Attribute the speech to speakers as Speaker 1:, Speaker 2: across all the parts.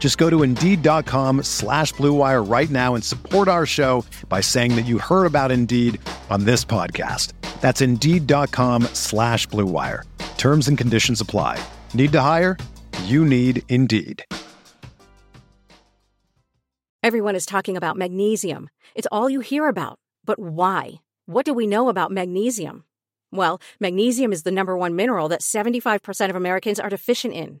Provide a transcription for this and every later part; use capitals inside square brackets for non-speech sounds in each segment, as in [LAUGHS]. Speaker 1: Just go to Indeed.com slash Blue Wire right now and support our show by saying that you heard about Indeed on this podcast. That's Indeed.com slash Blue Wire. Terms and conditions apply. Need to hire? You need Indeed.
Speaker 2: Everyone is talking about magnesium. It's all you hear about. But why? What do we know about magnesium? Well, magnesium is the number one mineral that 75% of Americans are deficient in.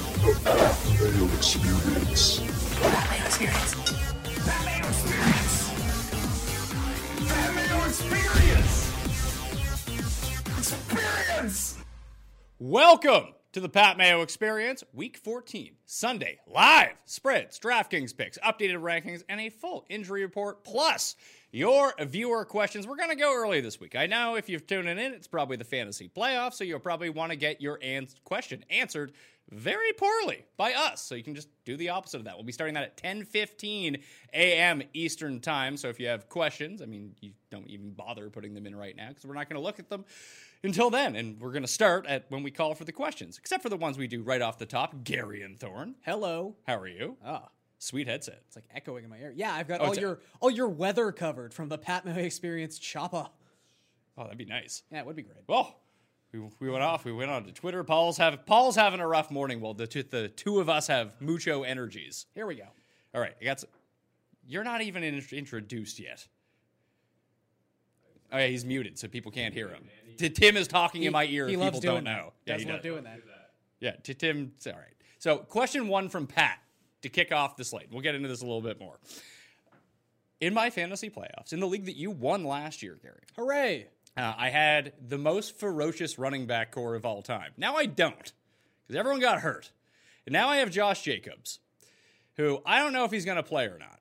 Speaker 3: experience.
Speaker 4: Welcome to the Pat Mayo Experience, Week 14, Sunday, live spreads, DraftKings picks, updated rankings, and a full injury report, plus your viewer questions. We're going to go early this week. I know if you're tuning in, it's probably the fantasy playoffs, so you'll probably want to get your ans- question answered very poorly by us. So you can just do the opposite of that. We'll be starting that at 10:15 a.m. Eastern Time. So if you have questions, I mean, you don't even bother putting them in right now because we're not going to look at them until then. And we're going to start at when we call for the questions, except for the ones we do right off the top. Gary and Thorne, hello, how are you?
Speaker 5: Ah,
Speaker 4: Sweet headset.
Speaker 5: it's like echoing in my ear. Yeah, I've got
Speaker 4: Oh,
Speaker 5: all
Speaker 4: it's-
Speaker 5: your all your weather covered from the Pat Mayo Experience Choppa.
Speaker 4: Oh, that'd be nice.
Speaker 5: Yeah, it would be great.
Speaker 4: Well, we, we went off. We went on to Twitter. Paul's have Paul's having a rough morning. Well, the two, the two of us have mucho energies.
Speaker 5: Here we go.
Speaker 4: All right, I got. s- You're not even in, introduced yet. Oh yeah, he's muted, so people can't hear him. T- Tim is talking in my ear.
Speaker 5: He
Speaker 4: if
Speaker 5: loves
Speaker 4: people
Speaker 5: doing
Speaker 4: don't know.
Speaker 5: That.
Speaker 4: Yeah,
Speaker 5: Does
Speaker 4: he
Speaker 5: love
Speaker 4: does.
Speaker 5: doing that.
Speaker 4: Yeah, to Tim. It's all right. So, question one from Pat to kick off the slate. We'll get into this a little bit more. In my fantasy playoffs, in the league that you won last year, Gary,
Speaker 5: Hooray!
Speaker 4: uh, I had the most ferocious running back core of all time. Now I don't, because everyone got hurt. And now I have Josh Jacobs, who I don't know if he's going to play or not.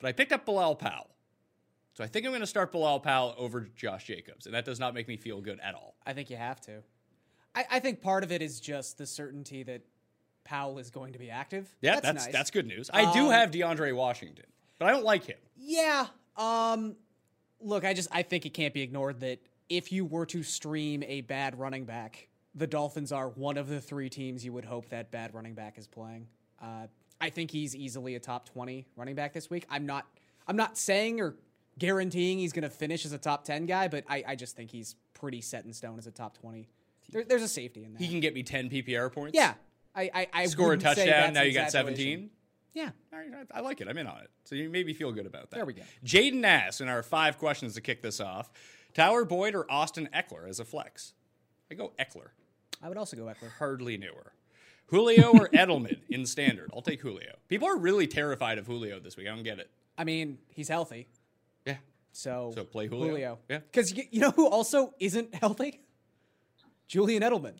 Speaker 4: But I picked up Bilal Powell. So I think I'm going to start Bilal Powell over Josh Jacobs. And that does not make me feel good at all.
Speaker 5: I think you have to. I, I think part of it is just the certainty that Powell is going to be active.
Speaker 4: Yeah, that's that's,
Speaker 5: nice.
Speaker 4: good news. I do
Speaker 5: Um,
Speaker 4: have DeAndre Washington, but I don't like him.
Speaker 5: Yeah. Um look, I just I think it can't be ignored that if you were to stream a bad running back, the Dolphins are one of the three teams you would hope that bad running back is playing. Uh I think he's easily a top 20 running back this week. I'm not I'm not saying or guaranteeing he's going to finish as a top 10 guy, but I, I just think he's pretty set in stone as a top 20. There, there's a safety in that.
Speaker 4: He can get me 10 PPR points.
Speaker 5: yeah. I, I, I
Speaker 4: Score a
Speaker 5: wouldn't say
Speaker 4: touchdown.
Speaker 5: that's
Speaker 4: Now
Speaker 5: an
Speaker 4: you got
Speaker 5: exaggeration.
Speaker 4: 17.
Speaker 5: Yeah.
Speaker 4: All right, I I like it. I'm in on it. So you made me feel good about that.
Speaker 5: There we go.
Speaker 4: Jaden asks in our five questions to kick this off Tyler Boyd or Austin Eckler as a flex? I go Eckler.
Speaker 5: I would also go Eckler.
Speaker 4: Hardly knew her. Julio
Speaker 5: [LAUGHS]
Speaker 4: or Edelman in standard? I'll take Julio. People are really terrified of Julio this week. I don't get it.
Speaker 5: I mean, he's healthy.
Speaker 4: Yeah.
Speaker 5: So,
Speaker 4: So play Julio. Yeah.
Speaker 5: Because you, you know who also isn't healthy? Julian Edelman.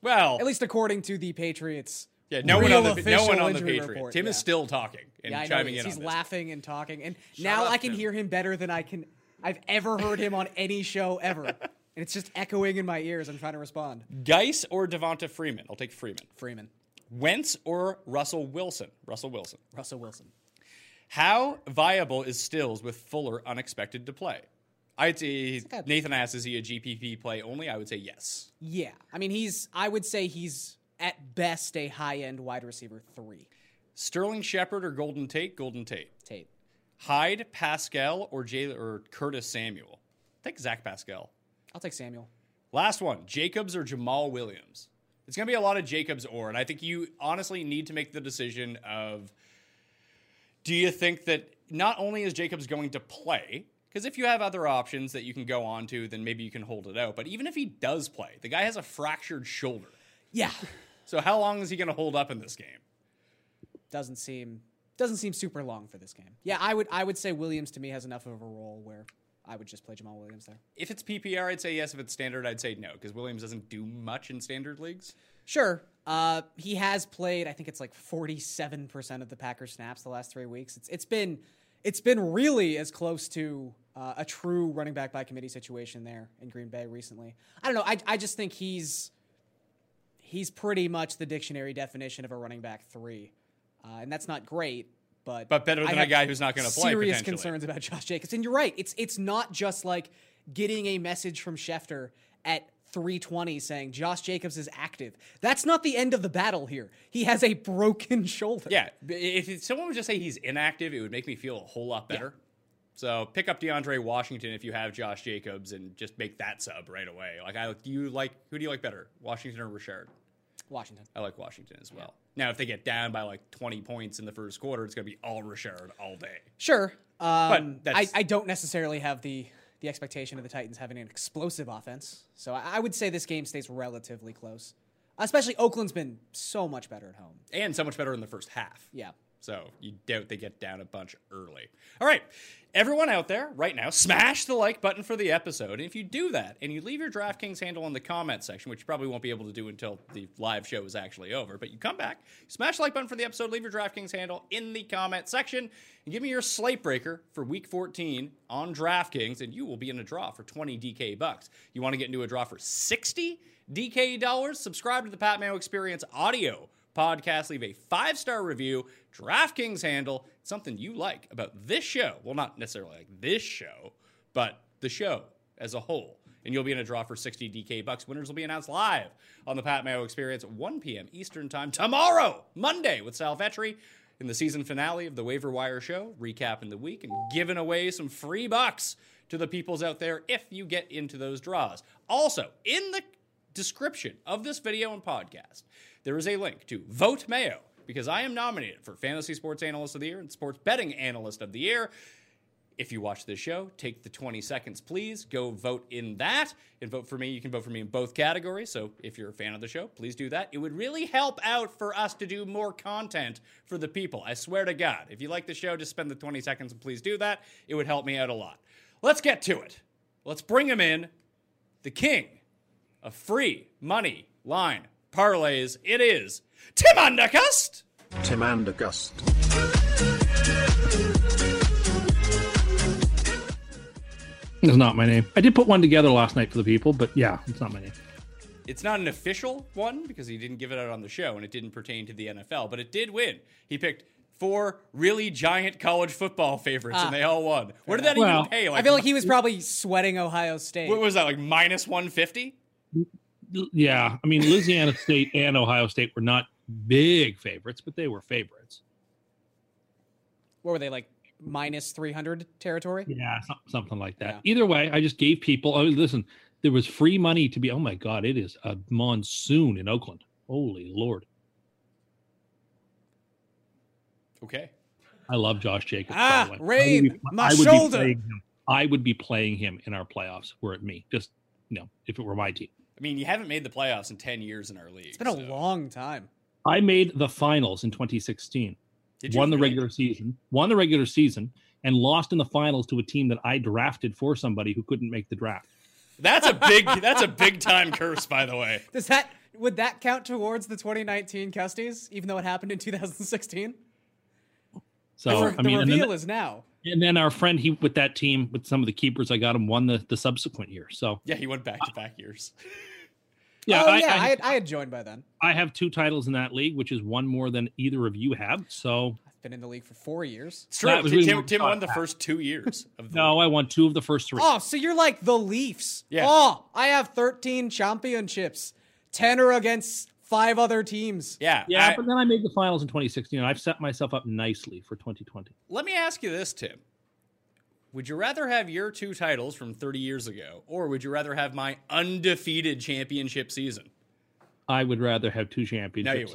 Speaker 4: Well,
Speaker 5: At least according to the Patriots
Speaker 4: Yeah, no one on the
Speaker 5: real
Speaker 4: no one
Speaker 5: official
Speaker 4: on the
Speaker 5: injury
Speaker 4: Patriots.
Speaker 5: report,
Speaker 4: Tim is
Speaker 5: yeah.
Speaker 4: still talking and
Speaker 5: Yeah, I know
Speaker 4: chiming in
Speaker 5: he is.
Speaker 4: on
Speaker 5: He's
Speaker 4: this.
Speaker 5: laughing and talking, and now
Speaker 4: up,
Speaker 5: I can
Speaker 4: Tim.
Speaker 5: hear him better than I can. I've ever heard him on any show ever, and it's just echoing in my ears. I'm trying to respond.
Speaker 4: Geis or Devonta Freeman? I'll take Freeman.
Speaker 5: Freeman,
Speaker 4: Wentz or Russell Wilson? Russell Wilson.
Speaker 5: Russell Wilson,
Speaker 4: How viable is Stills with Fuller unexpected to play? I'd say Nathan asks, is he a GPP play only? I would say yes.
Speaker 5: yeah. I mean, he's. I would say he's at best a high end wide receiver three.
Speaker 4: Sterling Shepard or Golden Tate? Golden Tate.
Speaker 5: Tate,
Speaker 4: Hyde, Pascal, or Jay or Curtis Samuel? Take Zach Pascal.
Speaker 5: I'll take Samuel.
Speaker 4: Last one, Jacobs or Jamal Williams? It's going to be a lot of Jacobs or, and I think you honestly need to make the decision of do you think that not only is Jacobs going to play, because if you have other options that you can go on to, then maybe you can hold it out. But even if he does play, the guy has a fractured shoulder.
Speaker 5: Yeah,
Speaker 4: So how long is he going to hold up in this game?
Speaker 5: doesn't seem doesn't seem super long for this game. Yeah, I would I would say Williams to me has enough of a role where I would just play Jamal Williams there.
Speaker 4: If it's PPR, I'd say yes. If it's standard, I'd say no, because Williams doesn't do much in standard leagues.
Speaker 5: Sure. Uh, he has played. I think it's like forty-seven percent of the Packers snaps the last three weeks. It's it's been it's been really as close to uh, a true running back by committee situation there in Green Bay recently. I don't know. I I just think he's he's pretty much the dictionary definition of a running back three, uh, and that's not great. But
Speaker 4: But better
Speaker 5: I
Speaker 4: than a
Speaker 5: have
Speaker 4: guy who's not gonna play,
Speaker 5: Serious
Speaker 4: potentially.
Speaker 5: concerns about Josh Jacobs, and you're right. It's it's not just like getting a message from Schefter at 320 saying Josh Jacobs is active. That's not the end of the battle here. He has a broken [LAUGHS] shoulder.
Speaker 4: Yeah, b- if it- someone would just say he's inactive, it would make me feel a whole lot better. So pick up DeAndre Washington if you have Josh Jacobs and just make that sub right away. Like I do you like who do you like better, Washington or Richard?
Speaker 5: Washington.
Speaker 4: I like Washington as well. Now if they get down by like 20 points in the first quarter, it's going to be all Richard all day.
Speaker 5: Sure. Um, I,
Speaker 4: that's-
Speaker 5: I don't necessarily have the the expectation of the Titans having an explosive offense. So I, I would say this game stays relatively close. Especially Oakland's been so much better at home.
Speaker 4: And so much better in the first half.
Speaker 5: Yeah.
Speaker 4: So you doubt they get down a bunch early. All right. Everyone out there right now, smash the like button for the episode. And if you do that and you leave your DraftKings handle in the comment section, which you probably won't be able to do until the live show is actually over, but you come back, smash the like button for the episode, leave your DraftKings handle in the comment section, and give me your slate breaker for week 14 on DraftKings, and you will be in a draw for 20 DK bucks. You want to get into a draw for 60 DK dollars? Subscribe to the Pat Mayo Experience audio podcast. Leave a five star review, DraftKings handle, something you like about this show. Well, not necessarily like this show, but the show as a whole. And you'll be in a draw for 60 DK bucks. Winners will be announced live on the Pat Mayo Experience at 1 p.m. Eastern Time tomorrow, Monday, with Sal Vetri in the season finale of the Waiver Wire Show, recapping the week and giving away some free bucks to the peoples out there if you get into those draws. Also, in the description of this video and podcast, there is a link to Vote Mayo because I am nominated for Fantasy Sports Analyst of the Year and Sports Betting Analyst of the Year. If you watch this show, take the 20 seconds, please. Go vote in that and vote for me. You can vote for me in both categories. So if you're a fan of the show, please do that. It would really help out for us to do more content for the people. I swear to God. If you like the show, just spend the 20 seconds and please do that. It would help me out a lot. Let's get to it. Let's bring him in. The king of free money line parlays. It is Tim Undercust.
Speaker 3: Tim Andergust.
Speaker 6: It's not my name. I did put one together last night for the people, but yeah, it's not my name.
Speaker 4: It's not an official one because he didn't give it out on the show and it didn't pertain to the NFL, but it did win. He picked four really giant college football favorites and they all won. Where did that
Speaker 6: Well,
Speaker 4: even pay? Like,
Speaker 5: Ah. I feel like he was probably sweating Ohio State.
Speaker 4: Oh, what was that, like minus 150?
Speaker 6: L- Yeah, I mean, Louisiana State and Ohio State were not big favorites, but they were favorites.
Speaker 5: what were they like minus 300 territory
Speaker 6: Yeah, some- something like that. Either way, I just gave people. Oh, listen, there was free money to be. Oh my God, it is a monsoon in Oakland. Holy Lord,
Speaker 4: Okay.
Speaker 6: I love Josh Jacobs. by
Speaker 5: Ah,
Speaker 6: the way. I would
Speaker 5: rain,
Speaker 6: be-
Speaker 5: my
Speaker 6: I would be
Speaker 5: shoulder.
Speaker 6: playing him. I would be playing him in our playoffs were it me. Just you know, if it were my team.
Speaker 4: I mean, you haven't made the playoffs in 10 years in our league.
Speaker 5: it's been a long time
Speaker 6: I made the finals in 2016.
Speaker 4: Did you
Speaker 6: won the
Speaker 4: really?
Speaker 6: regular season, won the regular season, and lost in the finals to a team that I drafted for somebody who couldn't make the draft.
Speaker 5: [LAUGHS]
Speaker 4: That's a big that's a big time curse, by the way.
Speaker 5: does that Would that count towards the 2019 Custies, even though it happened in 2016?
Speaker 6: So
Speaker 5: the,
Speaker 6: I mean, and
Speaker 5: reveal
Speaker 6: then,
Speaker 5: is now.
Speaker 6: and then our friend he with that team with some of the keepers I got him won the, the subsequent year. So
Speaker 4: Yeah, he went back to back years.
Speaker 6: yeah,
Speaker 5: oh,
Speaker 6: I,
Speaker 5: yeah, I,
Speaker 6: I,
Speaker 5: had, I had joined by then.
Speaker 6: I have two titles in that league, which is one more than either of you have. So
Speaker 5: I've been in the league for four years.
Speaker 4: It's true.
Speaker 6: That was
Speaker 4: Tim,
Speaker 6: really
Speaker 4: Tim,
Speaker 6: what we
Speaker 4: Tim won
Speaker 6: thought
Speaker 4: the first two years of the
Speaker 6: no, I won two of the first three.
Speaker 5: Oh, so you're like the Leafs.
Speaker 4: Yeah.
Speaker 5: Oh, I have 13 championships. 10 are against five other teams.
Speaker 4: Yeah.
Speaker 6: yeah,
Speaker 4: I-
Speaker 6: but then I made the finals in 2016. I've set myself up nicely for 2020.
Speaker 4: let me ask you this, Tim. Would you rather have your two titles from 30 years ago, or would you rather have my undefeated championship season?
Speaker 6: I would rather have two championships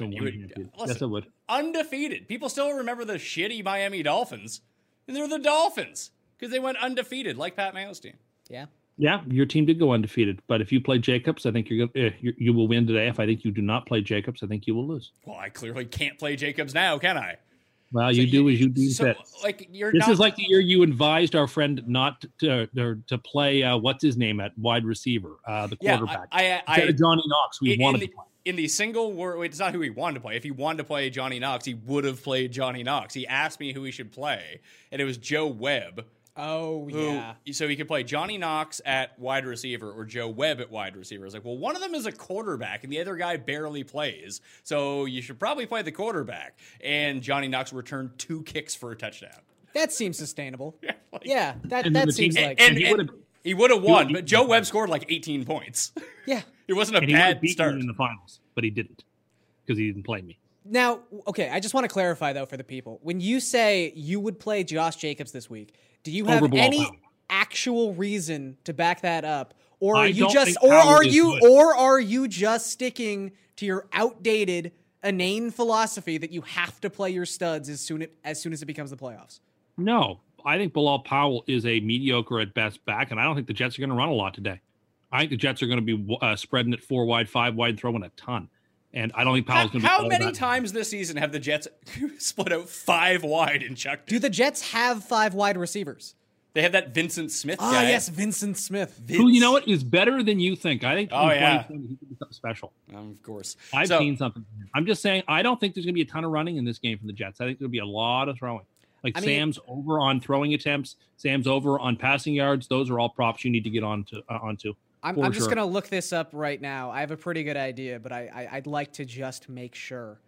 Speaker 4: wouldn't.
Speaker 6: than
Speaker 4: You
Speaker 6: one
Speaker 4: would-
Speaker 6: champion.
Speaker 4: listen.
Speaker 6: yes, I would.
Speaker 4: Undefeated. People still remember the shitty Miami Dolphins, and they're the Dolphins because they went undefeated like Pat Mayo's team.
Speaker 5: Yeah.
Speaker 6: Yeah, your team did go undefeated, but if you play Jacobs, I think you're going. Uh, you, you will win today. If I think you do not play Jacobs, I think you will lose.
Speaker 4: Well, I clearly can't play Jacobs now, can I?
Speaker 6: Well, you
Speaker 4: So
Speaker 6: do as you do
Speaker 4: so,
Speaker 6: that.
Speaker 4: Like you're
Speaker 6: This
Speaker 4: not,
Speaker 6: is like the year you advised our friend not to or to play uh, what's his name at wide receiver, uh, the
Speaker 4: yeah.
Speaker 6: quarterback.
Speaker 4: I, I,
Speaker 6: Instead
Speaker 4: I
Speaker 6: of Johnny Knox, we
Speaker 4: in,
Speaker 6: wanted
Speaker 4: the,
Speaker 6: to play.
Speaker 4: in the single word, wait, it's not who he wanted to play. If he wanted to play Johnny Knox, he would have played Johnny Knox. He asked me who he should play, and it was Joe Webb.
Speaker 5: Oh,
Speaker 4: Who,
Speaker 5: yeah.
Speaker 4: So he could play Johnny Knox at wide receiver or Joe Webb at wide receiver. It's like, well, one of them is a quarterback and the other guy barely plays. So you should probably play the quarterback. And Johnny Knox returned two kicks for a touchdown.
Speaker 5: That
Speaker 4: [LAUGHS]
Speaker 5: seems sustainable. Yeah,
Speaker 4: like-
Speaker 5: that,
Speaker 6: And
Speaker 5: that
Speaker 6: then the team-
Speaker 5: seems like.
Speaker 6: and
Speaker 4: And,
Speaker 6: he
Speaker 4: and
Speaker 6: would've-
Speaker 4: he would have won, but
Speaker 6: would've-
Speaker 4: Joe Webb scored like 18 points. [LAUGHS]
Speaker 5: yeah.
Speaker 4: it wasn't a
Speaker 6: And he would
Speaker 4: bad
Speaker 6: have beaten
Speaker 4: start.
Speaker 6: me in the finals, but he didn't because he didn't play me.
Speaker 5: Now, okay, I just want to clarify though for the people. When you say you would play Josh Jacobs this week, do you have
Speaker 6: Overblown
Speaker 5: any
Speaker 6: power.
Speaker 5: actual reason to back that up? Or
Speaker 6: I
Speaker 5: are you
Speaker 6: don't
Speaker 5: just
Speaker 6: think
Speaker 5: or
Speaker 6: power
Speaker 5: are
Speaker 6: is
Speaker 5: you
Speaker 6: good.
Speaker 5: or are you just sticking to your outdated inane philosophy that you have to play your studs as soon as soon as it becomes the playoffs?
Speaker 6: No, I think Bilal Powell is a mediocre at best back, and I don't think the Jets are going to run a lot today. I think the Jets are going to be uh, spreading it four wide, five wide, and throwing a ton. And I don't think Powell's
Speaker 4: How,
Speaker 6: going to.
Speaker 4: how many times this season have the Jets [LAUGHS] split out five wide and chucked?
Speaker 5: Do
Speaker 4: it?
Speaker 5: the Jets have five wide receivers?
Speaker 4: They have that Vincent Smith
Speaker 5: Ah,
Speaker 4: guy.
Speaker 5: yes, Vincent Smith.
Speaker 6: Who you know what is better than you think? I think.
Speaker 4: Oh,
Speaker 6: in
Speaker 4: yeah.
Speaker 6: 2020, he could be something special.
Speaker 4: Um, of course.
Speaker 6: I've
Speaker 4: So-
Speaker 6: seen something. I'm just saying. I don't think there's going to be a ton of running in this game from the Jets. I think there'll be a lot of throwing. Like
Speaker 5: I mean-
Speaker 6: Sam's over on throwing attempts. Sam's over on passing yards. Those are all props you need to get onto. Uh, onto.
Speaker 5: I'm,
Speaker 6: For
Speaker 5: I'm just
Speaker 6: sure.
Speaker 5: gonna look this up right now. I have a pretty good idea, but I, I I'd like to just make sure.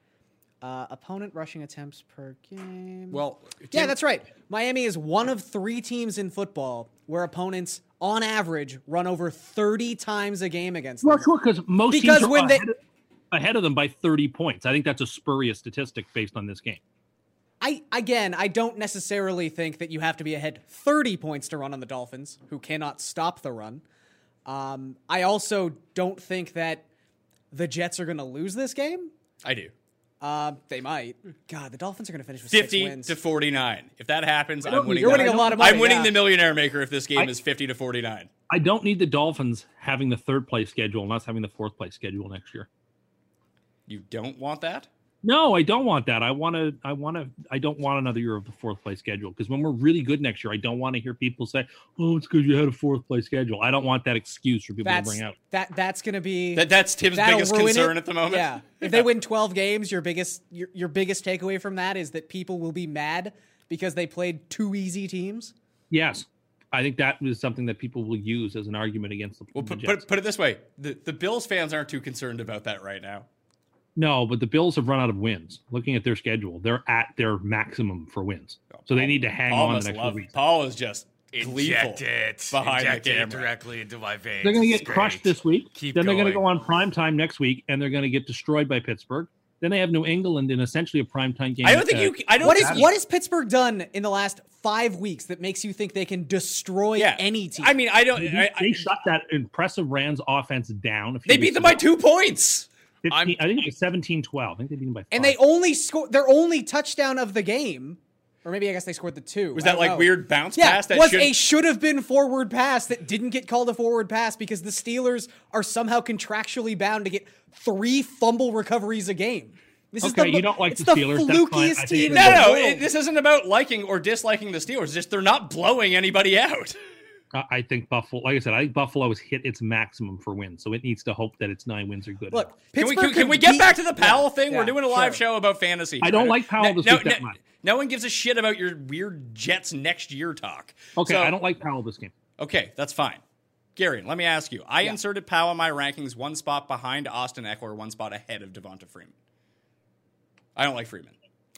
Speaker 5: Uh, opponent rushing attempts per game.
Speaker 4: Well,
Speaker 5: yeah,
Speaker 4: Tim-
Speaker 5: that's right. Miami is one of three teams in football where opponents, on average, run over 30 times a game against
Speaker 6: Well,
Speaker 5: them.
Speaker 6: sure, because most
Speaker 5: Because
Speaker 6: teams are
Speaker 5: when they-
Speaker 6: ahead, of, ahead of them by 30 points. I think that's a spurious statistic based on this game.
Speaker 5: I again, I don't necessarily think that you have to be ahead 30 points to run on the Dolphins, who cannot stop the run. Um, I also don't think that the Jets are going to lose this game.
Speaker 4: I do.
Speaker 5: Uh, they might. God, the Dolphins are going to finish with six
Speaker 4: 50
Speaker 5: wins.
Speaker 4: to 49. If that happens, I'm winning.
Speaker 5: you're
Speaker 4: that.
Speaker 5: winning a lot of money,
Speaker 4: I'm winning
Speaker 5: yeah.
Speaker 4: the millionaire maker if this game
Speaker 6: I-
Speaker 4: is 50 to 49.
Speaker 6: I don't need the Dolphins having the third place schedule and us having the fourth place schedule next year.
Speaker 4: You don't want that?
Speaker 6: No, I don't want that. I want to. I want to. I don't want another year of the fourth place schedule because when we're really good next year, I don't want to hear people say, "Oh, it's because you had a fourth place schedule." I don't want that excuse for people to
Speaker 5: that's
Speaker 6: bring out.
Speaker 5: that. That's going to be
Speaker 4: That that's Tim's
Speaker 5: that'll
Speaker 4: biggest
Speaker 5: ruin
Speaker 4: concern
Speaker 5: it.
Speaker 4: at the moment.
Speaker 5: Yeah. If they win 12 games, your biggest your, your biggest takeaway from that is that people will be mad because they played two easy teams.
Speaker 6: Yes, I think that was something that people will use as an argument against the,
Speaker 4: Well,
Speaker 6: the
Speaker 4: put,
Speaker 6: Jets.
Speaker 4: put, put it this way: the, the Bills fans aren't too concerned about that right now.
Speaker 6: No, but the Bills have run out of wins. Looking at their schedule, they're at their maximum for wins, so they need to hang
Speaker 4: Paul
Speaker 6: on the
Speaker 4: must
Speaker 6: next
Speaker 4: love.
Speaker 6: few weeks.
Speaker 4: Paul is just gleeful
Speaker 3: Inject it
Speaker 4: behind
Speaker 3: Inject
Speaker 4: the
Speaker 3: it
Speaker 4: camera.
Speaker 3: directly into my veins.
Speaker 6: They're going to
Speaker 3: It's
Speaker 6: get crushed
Speaker 3: great.
Speaker 6: this week.
Speaker 3: Keep
Speaker 6: then they're going to go
Speaker 3: going.
Speaker 6: on prime time next week, and they're going to get destroyed by Pittsburgh. Then they have New England in essentially a prime time game.
Speaker 4: I don't think
Speaker 6: uh,
Speaker 4: you. c- I don't.
Speaker 5: What is
Speaker 4: think you-
Speaker 5: what has Pittsburgh done in the last five weeks that makes you think they can destroy
Speaker 4: Yeah.
Speaker 5: any team?
Speaker 4: I mean, I don't.
Speaker 6: They,
Speaker 4: I, I,
Speaker 6: they shut that impressive Rams offense down. a few
Speaker 4: they beat
Speaker 6: weeks
Speaker 4: them by
Speaker 6: ago.
Speaker 4: two points.
Speaker 6: 15
Speaker 3: I'm-
Speaker 6: I think it was 17 12. I think they beat them by five.
Speaker 5: and they only score their only touchdown of the game, or maybe I guess they scored the two.
Speaker 4: Was
Speaker 5: I
Speaker 4: that
Speaker 5: don't
Speaker 4: like
Speaker 5: know.
Speaker 4: weird bounce
Speaker 5: Yeah,
Speaker 4: pass that
Speaker 5: was
Speaker 4: should
Speaker 5: a should have been forward pass that didn't get called a forward pass because the Steelers are somehow contractually bound to get three fumble recoveries a game. This is
Speaker 6: Okay,
Speaker 5: the,
Speaker 6: you don't like
Speaker 5: it's
Speaker 6: the Steelers, that's fine. I
Speaker 5: flukiest
Speaker 6: think
Speaker 5: team.
Speaker 6: it
Speaker 5: in
Speaker 4: No,
Speaker 5: the
Speaker 4: no,
Speaker 5: world.
Speaker 4: it, this isn't about liking or disliking the Steelers. Just they're not blowing anybody out.
Speaker 6: I I think Buffalo, like I said, I think Buffalo has hit its maximum for wins, so it needs to hope that its nine wins are good.
Speaker 5: Look,
Speaker 6: enough.
Speaker 4: Can we,
Speaker 5: Pittsburgh
Speaker 4: can, can
Speaker 5: could
Speaker 4: we get
Speaker 5: beat-
Speaker 4: back to the Powell thing?
Speaker 5: yeah,
Speaker 4: We're doing a live
Speaker 5: sure.
Speaker 4: show about fantasy.
Speaker 6: I don't like Powell
Speaker 4: no,
Speaker 6: this
Speaker 4: no,
Speaker 6: week that
Speaker 4: no,
Speaker 6: much.
Speaker 4: no one gives a shit about your weird Jets next year talk.
Speaker 6: okay,
Speaker 4: So-
Speaker 6: I don't like Powell this game.
Speaker 4: Okay, that's fine. Gary, let me ask you. I inserted Powell in my rankings one spot behind Austin Eckler, one spot ahead of Devonta Freeman. I don't like Freeman.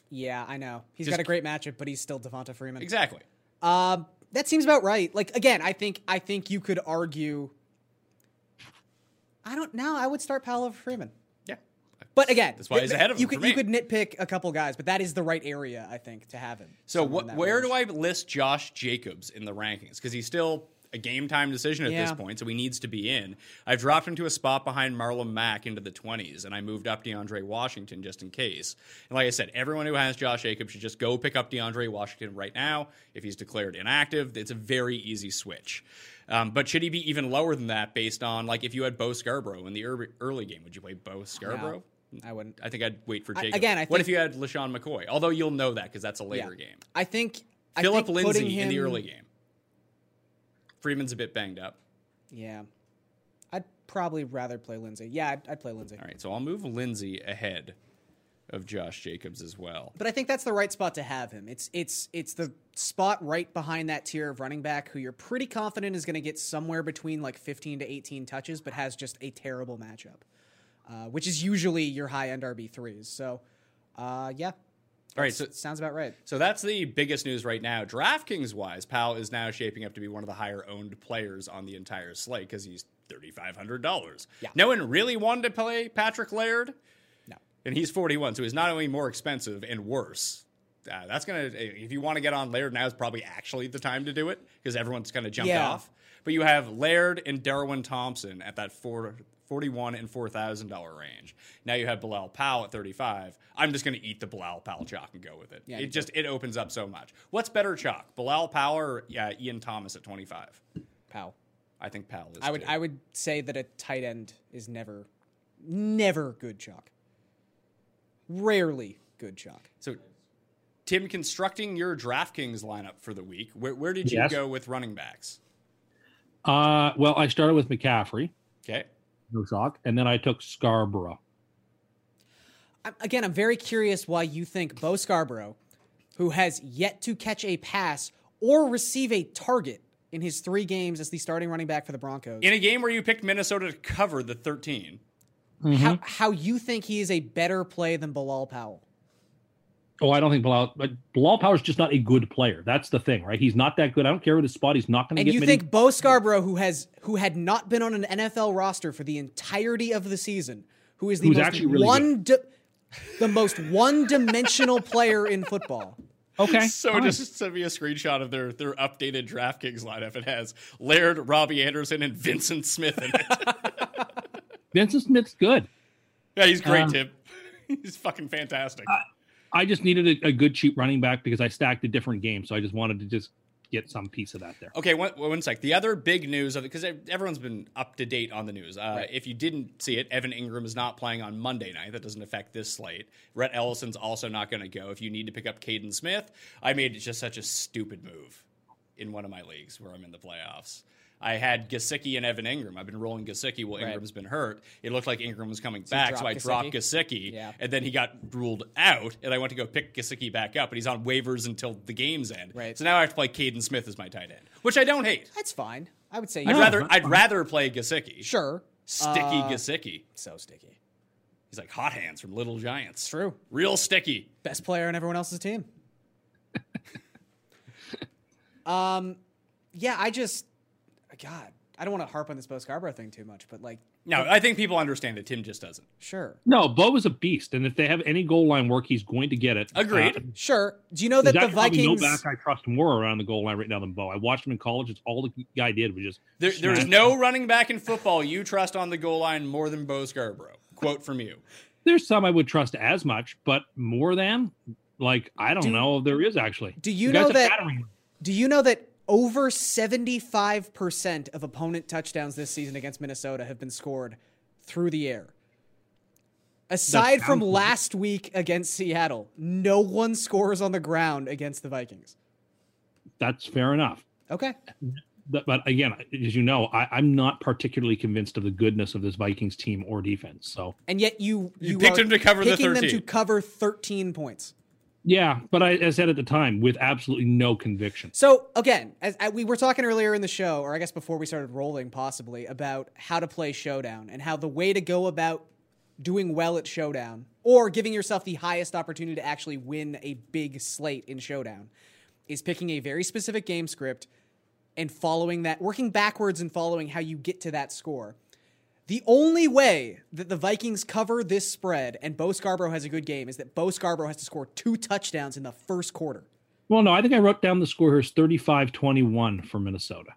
Speaker 5: Yeah, I know. he's
Speaker 4: Just-
Speaker 5: got a great matchup, but he's still Devonta Freeman.
Speaker 4: Exactly.
Speaker 5: Um, that seems about right. Like again, I think I think you could argue. I don't know. I would start Paolo Freeman,
Speaker 4: Yeah.
Speaker 5: but again,
Speaker 4: That's why he's ahead of
Speaker 5: you
Speaker 4: him for
Speaker 5: Could,
Speaker 4: me.
Speaker 5: You could nitpick a couple guys, but that is the right area I think to have him.
Speaker 4: So
Speaker 5: Someone
Speaker 4: what,
Speaker 5: that
Speaker 4: where
Speaker 5: range.
Speaker 4: do I list Josh Jacobs in the rankings? Because he's still a game time decision at this
Speaker 5: Yeah.
Speaker 4: point, so he needs to be in. I've dropped him to a spot behind Marlon Mack into the 20s, and I moved up DeAndre Washington just in case. And like I said, everyone who has Josh Jacobs should just go pick up DeAndre Washington right now. If he's declared inactive, it's a very easy switch. Um, but should he be even lower than that based on, like, if you had Bo Scarborough in the ear- early game, would you play Bo Scarborough?
Speaker 5: I wouldn't.
Speaker 4: I think I'd wait for
Speaker 5: I-
Speaker 4: Jacobs.
Speaker 5: again, I
Speaker 4: what if
Speaker 5: think-
Speaker 4: you had LaShawn McCoy? Although you'll know that because that's a later
Speaker 5: Yeah.
Speaker 4: game.
Speaker 5: I think I
Speaker 4: Philip
Speaker 5: think putting
Speaker 4: Lindsay in the
Speaker 5: him-
Speaker 4: early game. Freeman's a bit banged up.
Speaker 5: Yeah, I'd probably rather play Lindsay. Yeah, I'd, I'd play Lindsay.
Speaker 4: All right, so I'll move Lindsay ahead of Josh Jacobs as well.
Speaker 5: But I think that's the right spot to have him. It's it's it's the spot right behind that tier of running back who you're pretty confident is going to get somewhere between like 15 to 18 touches, but has just a terrible matchup, uh, which is usually your high end RB threes. So, uh, yeah,
Speaker 4: All right, so
Speaker 5: sounds about right.
Speaker 4: so that's the biggest news right now. DraftKings wise, Powell is now shaping up to be one of the higher owned players on the entire slate because he's thirty five hundred dollars.
Speaker 5: Yeah.
Speaker 4: No one really wanted to play Patrick Laird.
Speaker 5: No.
Speaker 4: and he's 41 so he's not only more expensive and worse uh, that's gonna if you want to get on laird now is probably actually the time to do it because everyone's kind of jumped
Speaker 5: Yeah.
Speaker 4: off but you have laird and darwin thompson at that four, 41 and $4000 range now you have Bilal powell at 35 i'm just gonna eat the Bilal powell chalk and go with it
Speaker 5: Yeah,
Speaker 4: it
Speaker 5: me
Speaker 4: just it opens up so much what's better chalk Bilal powell or uh, ian thomas at 25
Speaker 5: Pow.
Speaker 4: i think powell is
Speaker 5: I would
Speaker 4: too.
Speaker 5: I would say that a tight end is never, never good chalk. Rarely good chalk.
Speaker 4: so tim constructing your draftkings lineup for the week where, where did you
Speaker 6: Yes.
Speaker 4: go with running backs
Speaker 6: Uh, well, I started with McCaffrey,
Speaker 4: okay
Speaker 6: no shock, and then I took Scarborough.
Speaker 5: I'm, again, I'm very curious why you think Bo Scarborough, who has yet to catch a pass or receive a target in his three games as the starting running back for the Broncos,
Speaker 4: in a game where you picked Minnesota to cover the 13.
Speaker 5: how,
Speaker 6: Mm-hmm.
Speaker 5: how you think he is a better play than Bilal Powell.
Speaker 6: Oh, I don't think Bilal, but Bilal Power's just not a good player. That's the thing, right? He's not that good. I don't care what his spot. He's not going to
Speaker 5: And
Speaker 6: get
Speaker 5: you
Speaker 6: many.
Speaker 5: think Bo Scarborough, who has who had not been on an NFL roster for the entirety of the season, who is the
Speaker 6: Who's
Speaker 5: most
Speaker 6: actually really
Speaker 5: one di- the most one dimensional [LAUGHS] player in football.
Speaker 6: okay,
Speaker 4: So
Speaker 6: fine.
Speaker 4: just send me a screenshot of their, their updated DraftKings lineup. It has Laird, Robbie Anderson, and Vincent Smith in it. [LAUGHS]
Speaker 6: Vincent Smith's good.
Speaker 4: yeah, he's great,
Speaker 6: Um,
Speaker 4: Tim. [LAUGHS] He's fucking fantastic.
Speaker 6: I just needed a, a good cheap running back because I stacked a different game, so I just wanted to just get some piece of that there.
Speaker 4: Okay, one, one sec. The other big news of it, because everyone's been up to date on the news. Uh, If you didn't see it, Evan Ingram is not playing on Monday night. That doesn't affect this slate. Rhett Ellison's also not going to go. If you need to pick up Caden Smith, I made just such a stupid move in one of my leagues where I'm in the playoffs. I had Gasicki and Evan Ingram. I've been rolling Gasicki while Ingram's been hurt. It looked like Ingram was coming back, so I
Speaker 5: dropped
Speaker 4: dropped
Speaker 5: Gesicki?
Speaker 4: Gasicki,
Speaker 5: Yeah.
Speaker 4: and then he got ruled out, and I went to go pick Gasicki back up, but he's on waivers until the game's end.
Speaker 5: Right.
Speaker 4: So now I have to play Caden Smith as my tight end, which I don't hate.
Speaker 5: That's fine. I would say
Speaker 4: I'd
Speaker 5: yeah.
Speaker 4: rather I'd rather play Gasicki.
Speaker 5: sure.
Speaker 4: Sticky
Speaker 5: Uh,
Speaker 4: Gasicki.
Speaker 5: so sticky.
Speaker 4: He's like hot hands from Little Giants.
Speaker 5: True.
Speaker 4: Real sticky.
Speaker 5: Best player on everyone else's team. um, yeah, I just, God, I don't want to harp on this Bo Scarborough thing too much, but like,
Speaker 4: No, I think people understand that Tim just doesn't.
Speaker 5: sure,
Speaker 6: No, Bo is a beast, and if they have any goal line work, he's going to get it.
Speaker 4: Agreed.
Speaker 6: Uh,
Speaker 5: sure. Do you know that
Speaker 6: there's
Speaker 5: the
Speaker 6: actually probably
Speaker 5: Vikings?
Speaker 6: no back I trust more around the goal line right now than Bo. I watched him in college. It's all the guy did was just
Speaker 4: There, there's
Speaker 6: smash.
Speaker 4: no running back in football you trust on the goal line more than Bo Scarborough. Quote from you.
Speaker 6: There's some I would trust as much, but more than like I don't
Speaker 5: Do-
Speaker 6: know if there is actually.
Speaker 5: do you
Speaker 6: The guy's
Speaker 5: know
Speaker 6: a
Speaker 5: that-
Speaker 6: battering ram.
Speaker 5: Do you know that over 75% of opponent touchdowns this season against Minnesota have been scored through the air? Aside from
Speaker 6: sounds-
Speaker 5: last week against Seattle, no one scores on the ground against the Vikings.
Speaker 6: That's fair enough.
Speaker 5: Okay.
Speaker 6: But- But again, as you know, I, I'm not particularly convinced of the goodness of this Vikings team or defense. So
Speaker 5: and yet you
Speaker 4: You
Speaker 5: you,
Speaker 4: picked
Speaker 5: are
Speaker 4: him to cover the
Speaker 5: picking them to
Speaker 4: 13.
Speaker 5: cover 13 points.
Speaker 6: yeah, but I, I said at the time with absolutely no conviction.
Speaker 5: So again, as I, we were talking earlier in the show, or I guess before we started rolling, possibly about how to play showdown and how the way to go about doing well at showdown or giving yourself the highest opportunity to actually win a big slate in showdown is picking a very specific game script and following that, working backwards and following how you get to that score. The only way that the Vikings cover this spread and Bo Scarborough has a good game is that Bo Scarborough has to score two touchdowns in the first quarter.
Speaker 6: Well, no, I think I wrote down the score here is 35 21 for Minnesota.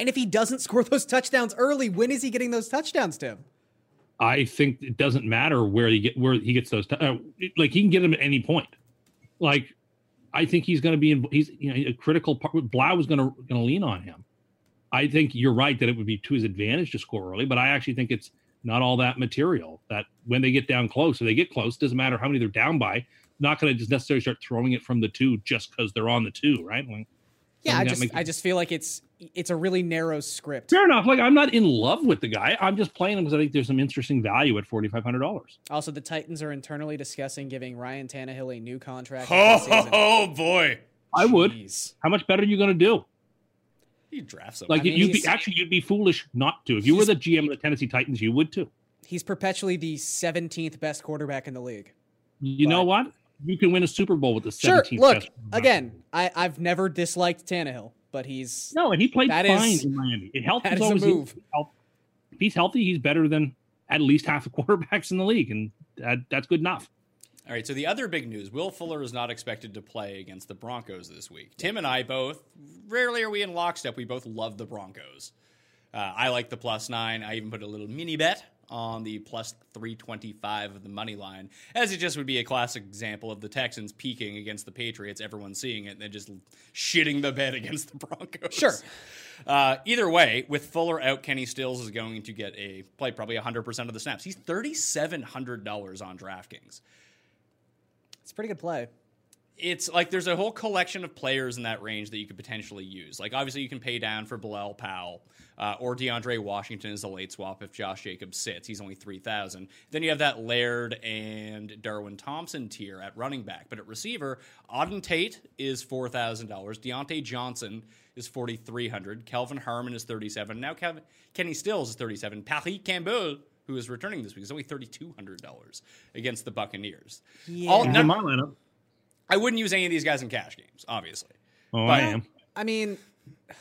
Speaker 5: And if he doesn't score those touchdowns early, when is he getting those touchdowns, Tim?
Speaker 6: I think it doesn't matter where he get where he gets those. T- uh, like he can get them at any point. Like I think he's going to be in. He's you know a critical part. Blau is going to going to lean on him. I think you're right that it would be to his advantage to score early, but I actually think it's not all that material. That when they get down close or they get close, doesn't matter how many they're down by. Not going to just necessarily start throwing it from the two just because they're on the two, right? Like,
Speaker 5: Yeah,
Speaker 6: Doesn't
Speaker 5: I
Speaker 6: that
Speaker 5: just
Speaker 6: make-
Speaker 5: I just feel like it's it's a really narrow script.
Speaker 6: fair enough. Like I'm not in love with the guy. I'm just playing him because I think there's some interesting value at forty five hundred dollars.
Speaker 5: Also, the Titans are internally discussing giving Ryan Tannehill a
Speaker 4: [LAUGHS]
Speaker 5: new contract.
Speaker 4: Oh,
Speaker 5: after the season.
Speaker 4: boy.
Speaker 6: I would.
Speaker 5: Jeez.
Speaker 6: How much better are you going to do?
Speaker 4: He drafts him.
Speaker 6: Like
Speaker 5: I mean,
Speaker 6: you'd be
Speaker 5: he's-
Speaker 6: actually you'd be foolish not to. If you were the GM of the Tennessee Titans, you would too.
Speaker 5: He's perpetually the 17th best quarterback in the league.
Speaker 6: You know what? You can win a Super Bowl with the
Speaker 5: Sure,
Speaker 6: 17th
Speaker 5: look,
Speaker 6: best quarterback.
Speaker 5: again, I, I've never disliked Tannehill, but he's
Speaker 6: No, and he played
Speaker 5: That
Speaker 6: fine
Speaker 5: is-
Speaker 6: in Miami. It helped.
Speaker 5: that
Speaker 6: as
Speaker 5: is a
Speaker 6: long as
Speaker 5: move.
Speaker 6: He, help- if he's healthy, he's better than at least half the [LAUGHS] quarterbacks in the league, and that, that's good enough.
Speaker 4: All right, so the other big news Will Fuller is not expected to play against the Broncos this week. Tim and I both, rarely are we in lockstep, we both love the Broncos. Uh, I like the plus nine. I even put a little mini bet on the plus 325 of the money line, as it just would be a classic example of the Texans peaking against the Patriots, everyone seeing it, and then just shitting the bed [LAUGHS] against the Broncos.
Speaker 5: Sure.
Speaker 4: Uh, either way, with Fuller out, Kenny Stills is going to get a play probably 100% of the snaps. He's $3,700 on DraftKings
Speaker 5: it's a pretty good play.
Speaker 4: it's like there's a whole collection of players in that range that you could potentially use. Like obviously you can pay down for Bilal Powell uh, or DeAndre Washington is a late swap if Josh Jacobs sits. He's only three thousand. Then you have that Laird and Darwin Thompson tier at running back, but at receiver, Auden Tate is four thousand dollars. Deontay Johnson is forty three hundred. Calvin Harmon is thirty seven. Now Kev- Kenny Stills is thirty seven. Paris Campbell. Who is returning this week is only thirty two hundred dollars against the Buccaneers. All,
Speaker 5: Yeah.
Speaker 6: He's
Speaker 4: none-
Speaker 6: in my lineup.
Speaker 4: I wouldn't use any of these guys in cash games, obviously.
Speaker 6: Oh,
Speaker 4: But-
Speaker 6: I am.
Speaker 5: I mean,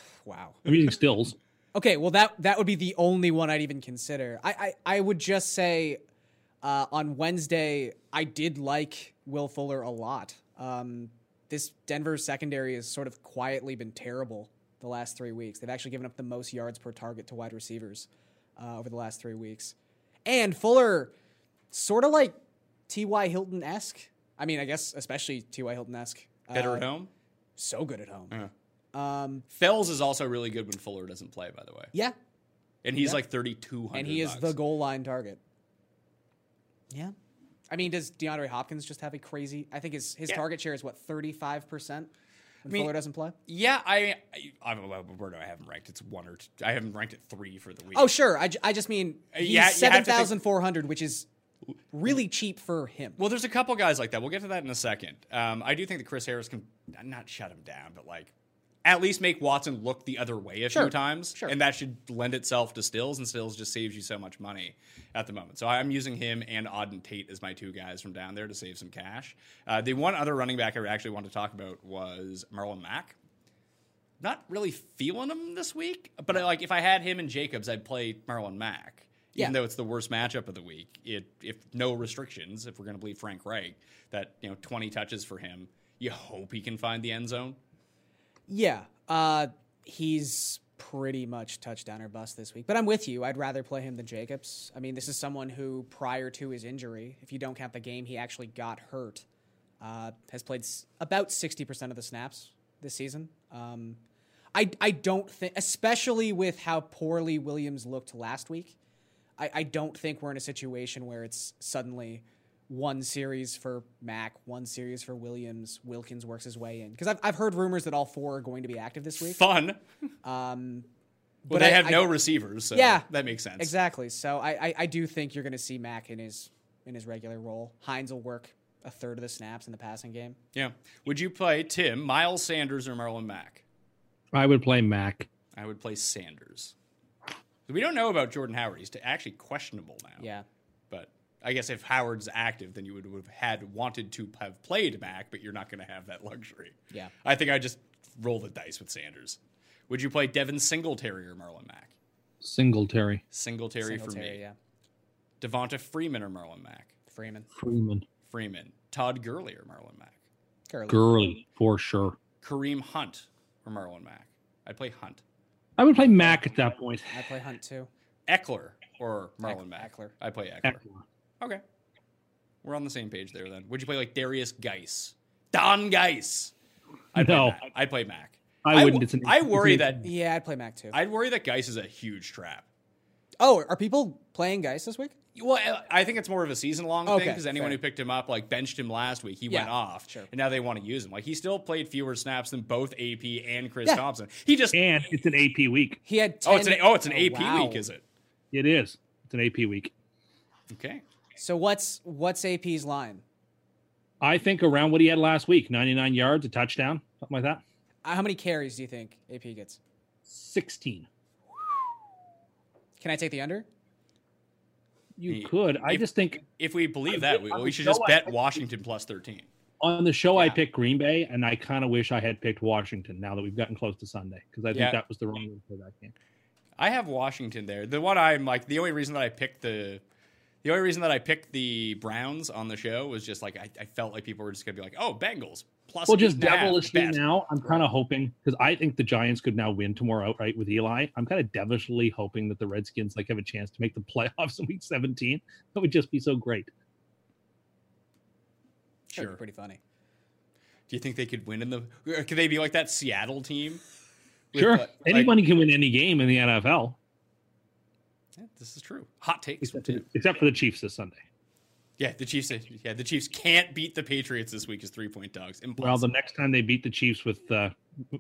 Speaker 5: [SIGHS] wow.
Speaker 6: I'm using Stills.
Speaker 5: Okay, well that that would be the only one I'd even consider. I I, I would just say uh, on Wednesday I did like Will Fuller a lot. Um, this Denver secondary has sort of quietly been terrible the last three weeks. They've actually given up the most yards per target to wide receivers uh, over the last three weeks, and Fuller sort of like T.Y. Hilton esque. I mean, I guess especially T.Y. Hilton esque.
Speaker 4: Better at home.
Speaker 5: Uh, So good at home.
Speaker 4: Yeah.
Speaker 5: Um,
Speaker 4: Fells is also really good when Fuller doesn't play, by the way.
Speaker 5: yeah,
Speaker 4: And he's like 3,200.
Speaker 5: and he is
Speaker 4: bucks.
Speaker 5: the goal line target. Yeah, I mean, does DeAndre Hopkins just have a crazy? I think his his target share is what thirty five percent when
Speaker 4: mean-
Speaker 5: Fuller doesn't play.
Speaker 4: Yeah, I, I, I'm, where do I have him ranked? It's one or two. I haven't ranked it three for the week.
Speaker 5: Oh, sure. I, ju- I just mean
Speaker 4: Uh, yeah,
Speaker 5: he's
Speaker 4: you have to think-
Speaker 5: seven thousand four hundred, which is really cheap for him.
Speaker 4: Well, there's a couple guys like that. We'll get to that in a second. Um, I do think that Chris Harris can not shut him down, but like at least make Watson look the other way a few
Speaker 5: Sure,
Speaker 4: times.
Speaker 5: sure.
Speaker 4: And that should lend itself to Stills, and Stills just saves you so much money at the moment. So I'm using him and Auden Tate as my two guys from down there to save some cash. Uh, the one other running back I actually wanted to talk about was Marlon Mack. Not really feeling him this week, but I, like if I had him and Jacobs, I'd play Marlon Mack. Even
Speaker 5: Yeah.
Speaker 4: though it's the worst matchup of the week, it if no restrictions, if we're going to believe Frank Reich, that you know 20 touches for him, you hope he can find the end zone.
Speaker 5: Yeah, uh, he's pretty much touchdown or bust this week. But I'm with you. I'd rather play him than Jacobs. I mean, this is someone who, prior to his injury, if you don't count the game, he actually got hurt. Uh, has played s- about 60% of the snaps this season. Um, I, I don't think, especially with how poorly Williams looked last week, I, I don't think we're in a situation where it's suddenly one series for Mac, one series for Williams. Wilkins works his way in because I've, I've heard rumors that all four are going to be active this week.
Speaker 4: Fun.
Speaker 5: Um,
Speaker 4: But
Speaker 5: But
Speaker 4: they
Speaker 5: I-
Speaker 4: have
Speaker 5: I-
Speaker 4: no receivers. So
Speaker 5: Yeah.
Speaker 4: That makes sense.
Speaker 5: exactly. So I, I, I do think you're going to see Mac in his in his regular role. Hines will work a third of the snaps in the passing game.
Speaker 4: Yeah. Would you play Tim, Miles Sanders, or Marlon Mack?
Speaker 6: I would play Mac.
Speaker 4: I would play Sanders. We don't know about Jordan Howard. He's actually questionable now.
Speaker 5: Yeah.
Speaker 4: But I guess if Howard's active, then you would have had wanted to have played Mack, but you're not going to have that luxury.
Speaker 5: Yeah.
Speaker 4: I think I just roll the dice with Sanders. Would you play Devin Singletary or Marlon Mack?
Speaker 6: Singletary,
Speaker 4: Singletary, for
Speaker 5: Singletary,
Speaker 4: me.
Speaker 5: yeah.
Speaker 4: Devonta Freeman or Marlon Mack?
Speaker 5: Freeman.
Speaker 6: Freeman,
Speaker 4: Freeman. Todd Gurley or Marlon Mack?
Speaker 5: Gurley.
Speaker 6: Gurley for sure.
Speaker 4: Kareem Hunt or Marlon Mack? I'd play Hunt.
Speaker 6: I would play Mac at that point.
Speaker 5: I play Hunt too.
Speaker 4: Eckler or Marlon Mack?
Speaker 5: Eckler.
Speaker 4: I play Eckler.
Speaker 6: Eckler.
Speaker 4: Okay. We're on the same page there then. Would you play like Darius Geis? Don Geis. I'd
Speaker 6: No.
Speaker 4: play Mac. I'd play Mac.
Speaker 6: I
Speaker 4: wo-
Speaker 6: wouldn't. It's an-
Speaker 4: I
Speaker 6: it's
Speaker 4: worry
Speaker 6: an-
Speaker 4: that
Speaker 5: Yeah, I'd play Mac too.
Speaker 4: I'd worry that Geis is a huge trap.
Speaker 5: oh, are people playing guys this week?
Speaker 4: Well, I- I think it's more of a season long thing
Speaker 5: Okay,
Speaker 4: because anyone
Speaker 5: fair.
Speaker 4: who picked him up like benched him last week. He
Speaker 5: Yeah,
Speaker 4: went off,
Speaker 5: sure.
Speaker 4: and now they want to use him. Like he still played fewer snaps than both AP and Chris
Speaker 5: Yeah.
Speaker 4: Thompson. He just
Speaker 6: and it's an AP week.
Speaker 5: He had. 10,
Speaker 4: oh, it's an oh, it's an AP
Speaker 5: wow.
Speaker 4: week, is it?
Speaker 6: It is. It's an AP week.
Speaker 4: Okay,
Speaker 5: So what's what's AP's line?
Speaker 6: I think around what he had last week, 99 yards, a touchdown, something like that.
Speaker 5: Uh, How many carries do you think AP gets?
Speaker 6: 16.
Speaker 5: Can I take the under?
Speaker 6: You
Speaker 4: Yeah.
Speaker 6: could. I
Speaker 4: If-
Speaker 6: just think
Speaker 4: if we believe
Speaker 6: I
Speaker 4: that, we,
Speaker 6: think- I
Speaker 4: we
Speaker 6: would
Speaker 4: should
Speaker 6: go
Speaker 4: just
Speaker 6: I
Speaker 4: bet
Speaker 6: think-
Speaker 4: Washington plus thirteen.
Speaker 6: on the show I
Speaker 5: Yeah.
Speaker 6: picked Green Bay, and I kind of wish I had picked Washington now that we've gotten close to Sunday because I think
Speaker 4: Yeah.
Speaker 6: that was the wrong move for that game.
Speaker 4: I have Washington there. The one I'm like the only reason that I picked the the only reason that I picked the Browns on the show was just like I, I felt like people were just gonna be like, oh, Bengals plus.
Speaker 6: well,
Speaker 4: eight
Speaker 6: just
Speaker 4: and a half,
Speaker 6: devilishly
Speaker 4: bet.
Speaker 6: now, I'm kind of hoping because I think the Giants could now win tomorrow outright with Eli. I'm kind of devilishly hoping that the Redskins like have a chance to make the [LAUGHS] playoffs in Week 17. That would just be so great.
Speaker 5: That'd be
Speaker 4: Sure.
Speaker 5: Pretty funny.
Speaker 4: Do you think they could win in the? Could they be like that Seattle team? With,
Speaker 6: sure,
Speaker 4: uh, like-
Speaker 6: anybody can win any game in the NFL
Speaker 4: Yeah, this is true. Hot takes. from
Speaker 6: except for, the,
Speaker 4: Tim.
Speaker 6: except for the Chiefs this Sunday.
Speaker 4: Yeah, the Chiefs. Yeah, the Chiefs can't beat the Patriots this week as three point dogs.
Speaker 6: Well, the
Speaker 4: Impossible.
Speaker 6: next time they beat the Chiefs with uh,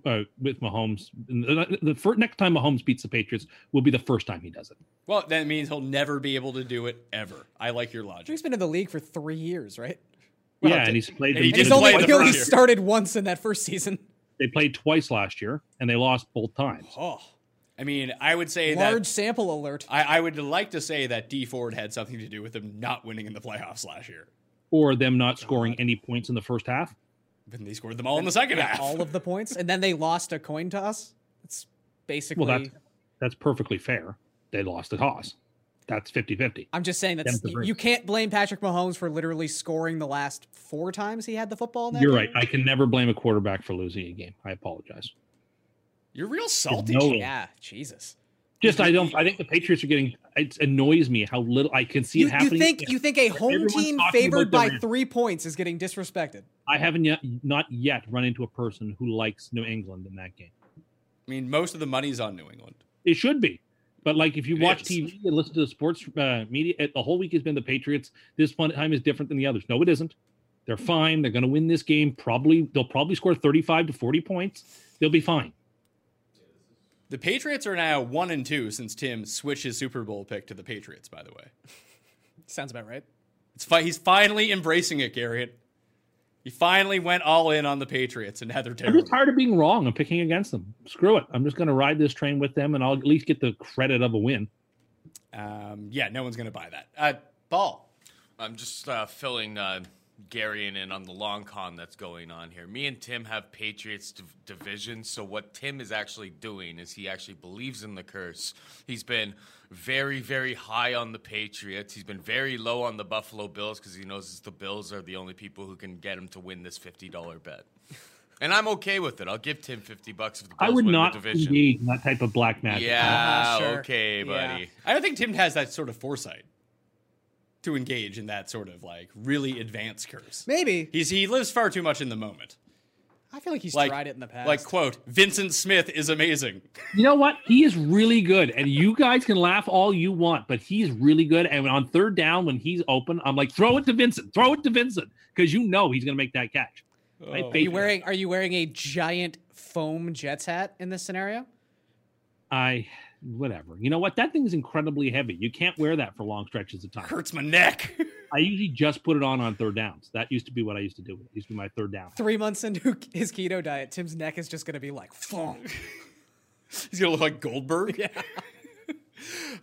Speaker 6: uh, with Mahomes, the, the first, next time Mahomes beats the Patriots will be the first time he does it.
Speaker 4: Well, that means he'll never be able to do it ever. I like your logic.
Speaker 5: Drake's been in the league for three years, right?
Speaker 4: Well,
Speaker 6: yeah,
Speaker 4: d-
Speaker 6: and he's played.
Speaker 4: and
Speaker 6: them
Speaker 4: he
Speaker 5: And
Speaker 4: did
Speaker 6: twice.
Speaker 5: he's
Speaker 4: play
Speaker 5: only,
Speaker 4: the
Speaker 5: he only
Speaker 4: first year.
Speaker 5: started once in that first
Speaker 4: [LAUGHS]
Speaker 5: season.
Speaker 6: They played twice last year, and they lost both times.
Speaker 5: Oh,
Speaker 4: I mean, I would say
Speaker 5: large
Speaker 4: that
Speaker 5: sample
Speaker 4: [LAUGHS]
Speaker 5: alert.
Speaker 4: I, I would like to say that D Ford had something to do with them not winning in the playoffs last year,
Speaker 6: Or them not scoring any points in the first half.
Speaker 4: but they scored them all in the second half.
Speaker 5: all of the points, and then they lost a coin toss. It's basically.
Speaker 6: Well, that's that's perfectly fair. They lost the toss. That's 50-50.
Speaker 5: I'm just saying that
Speaker 6: Them to
Speaker 5: you,
Speaker 6: bring.
Speaker 5: you can't blame Patrick Mahomes for literally scoring the last four times he had the football. In that
Speaker 6: You're
Speaker 5: game.
Speaker 6: right. I can never blame a quarterback for losing a game. I apologize.
Speaker 4: [LAUGHS] You're real salty.
Speaker 6: No-
Speaker 5: Yeah, Jesus.
Speaker 6: Just I don't. I think the Patriots are getting. It annoys me how little I can see
Speaker 5: You, you
Speaker 6: it happening.
Speaker 5: think you think a home
Speaker 6: Everyone's
Speaker 5: team
Speaker 6: talking
Speaker 5: favored
Speaker 6: about
Speaker 5: by
Speaker 6: Durant.
Speaker 5: three points is getting disrespected?
Speaker 6: I haven't yet, not yet, run into a person who likes New England in that game.
Speaker 4: I mean, most of the money's on New England.
Speaker 6: It should be. But like, if you
Speaker 4: It
Speaker 6: watch
Speaker 4: is.
Speaker 6: TV and listen to the sports uh, media, it, the whole week has been the Patriots. This one time is different than the others. No, it isn't. They're fine. They're going to win this game. Probably they'll probably score thirty-five to forty points. They'll be fine.
Speaker 4: The Patriots are now one and two since Tim switched his Super Bowl pick to the Patriots. By the way,
Speaker 5: Sounds about right.
Speaker 4: it's fi- he's finally embracing it, Garrett. He finally went all in on the Patriots, and now they're
Speaker 6: I'm
Speaker 4: terrible.
Speaker 6: just tired of being wrong. I'm picking against them. Screw it. I'm just going to ride this train with them, and I'll at least get the credit of a win.
Speaker 4: Um, yeah, no one's going to buy that. Uh, Paul,
Speaker 3: I'm just uh, filling uh, Gary in on the long con that's going on here. Me and Tim have Patriots div- division, so what Tim is actually doing is he actually believes in the curse. He's been very, very high on the Patriots. He's been very low on the Buffalo Bills because he knows it's the Bills are the only people who can get him to win this fifty dollar bet. And I'm okay with it. I'll give Tim fifty bucks if the
Speaker 6: I
Speaker 3: Bills
Speaker 6: would
Speaker 3: win
Speaker 6: not
Speaker 3: the division.
Speaker 6: engage in that type of black magic.
Speaker 3: Yeah,
Speaker 5: Ah, sure.
Speaker 3: okay,
Speaker 5: Yeah.
Speaker 3: buddy.
Speaker 4: I don't think Tim has that sort of foresight to engage in that sort of like really advanced curse.
Speaker 5: Maybe
Speaker 4: He's he lives far too much in the moment.
Speaker 5: I feel like he's
Speaker 4: Like-
Speaker 5: tried it in the past.
Speaker 4: Like, quote, Vincent Smith is amazing.
Speaker 6: You know what? He is really good, and you guys can laugh all you want, but he's really good. And on third down, when he's open, I'm like, throw it to Vincent, throw it to Vincent, because you know he's going to make that catch. Right?
Speaker 5: are you
Speaker 6: Patriots.
Speaker 5: wearing are you wearing a giant foam Jets hat in this scenario?
Speaker 6: I, whatever. You know what? That thing is incredibly heavy. You can't wear that for long stretches of time.
Speaker 4: Hurts my neck. [LAUGHS]
Speaker 6: I usually just put it on on third downs. That used to be what I used to do. It used to be my third down.
Speaker 5: Three months into [LAUGHS] his keto diet, Tim's neck is just gonna be like, "Fong."
Speaker 4: He's gonna look like Goldberg. Yeah. [LAUGHS]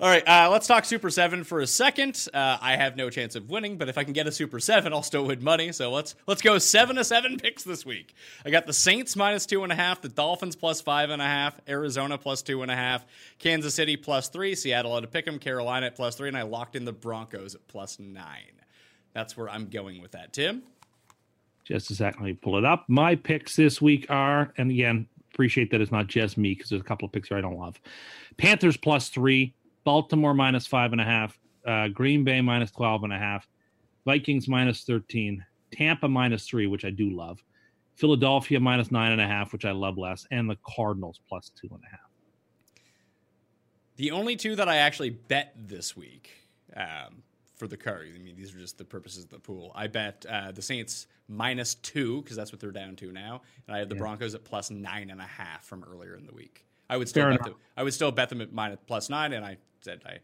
Speaker 4: All right, uh, let's talk Super Seven for a second. Uh, I have no chance of winning, but if I can get a Super Seven, I'll still win money. So let's let's go seven to seven picks this week. I got the Saints minus two and a half, the Dolphins plus five and a half, Arizona plus two and a half, Kansas City plus three, Seattle at a pick'em, Carolina at plus three, and I locked in the Broncos at plus nine. That's where I'm going with that, Tim.
Speaker 6: Just a second, let me pull it up. My picks this week are, and again, appreciate that it's not just me because there's a couple of picks here I don't love. Panthers plus three, Baltimore minus five and a half, uh, Green Bay minus 12 and a half, Vikings minus 13, Tampa minus three, which I do love, Philadelphia minus nine and a half, which I love less, and the Cardinals plus two and a half.
Speaker 4: The only two that I actually bet this week um, for the card, I mean, these are just the purposes of the pool. I bet uh, the Saints minus two, because that's what they're down to now. And I have the Broncos at plus nine and a half from earlier in the week. I would still,
Speaker 6: Fair
Speaker 4: bet
Speaker 6: enough.
Speaker 4: them, I would still bet them at minus plus nine, and I said I,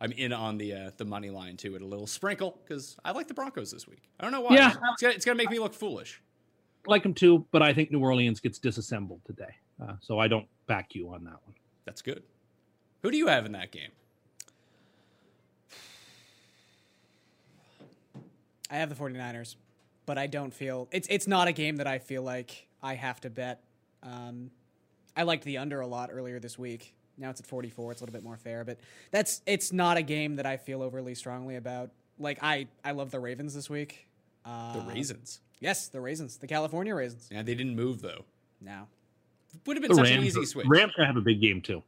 Speaker 4: I'm in on the uh, the money line too at a little sprinkle because I like the Broncos this week. I don't know why.
Speaker 6: Yeah.
Speaker 4: it's gonna, it's gonna make me look foolish.
Speaker 6: Like them too, but I think New Orleans gets disassembled today. Uh, so I don't back you on that one.
Speaker 4: That's good. Who do you have in that game?
Speaker 5: I have the 49ers, but I don't feel it's it's not a game that I feel like I have to bet. Um, I liked the under a lot earlier this week. Now it's at 44. It's a little bit more fair, but that's it's not a game that I feel overly strongly about. Like I I love the Ravens this week. Uh,
Speaker 4: The Raisins.
Speaker 5: Yes, the Raisins, the California Raisins.
Speaker 4: Yeah, they didn't move though.
Speaker 5: Now,
Speaker 4: Would have been
Speaker 6: The
Speaker 4: such
Speaker 6: Rams,
Speaker 4: an easy switch.
Speaker 6: Rams gonna have a big game too.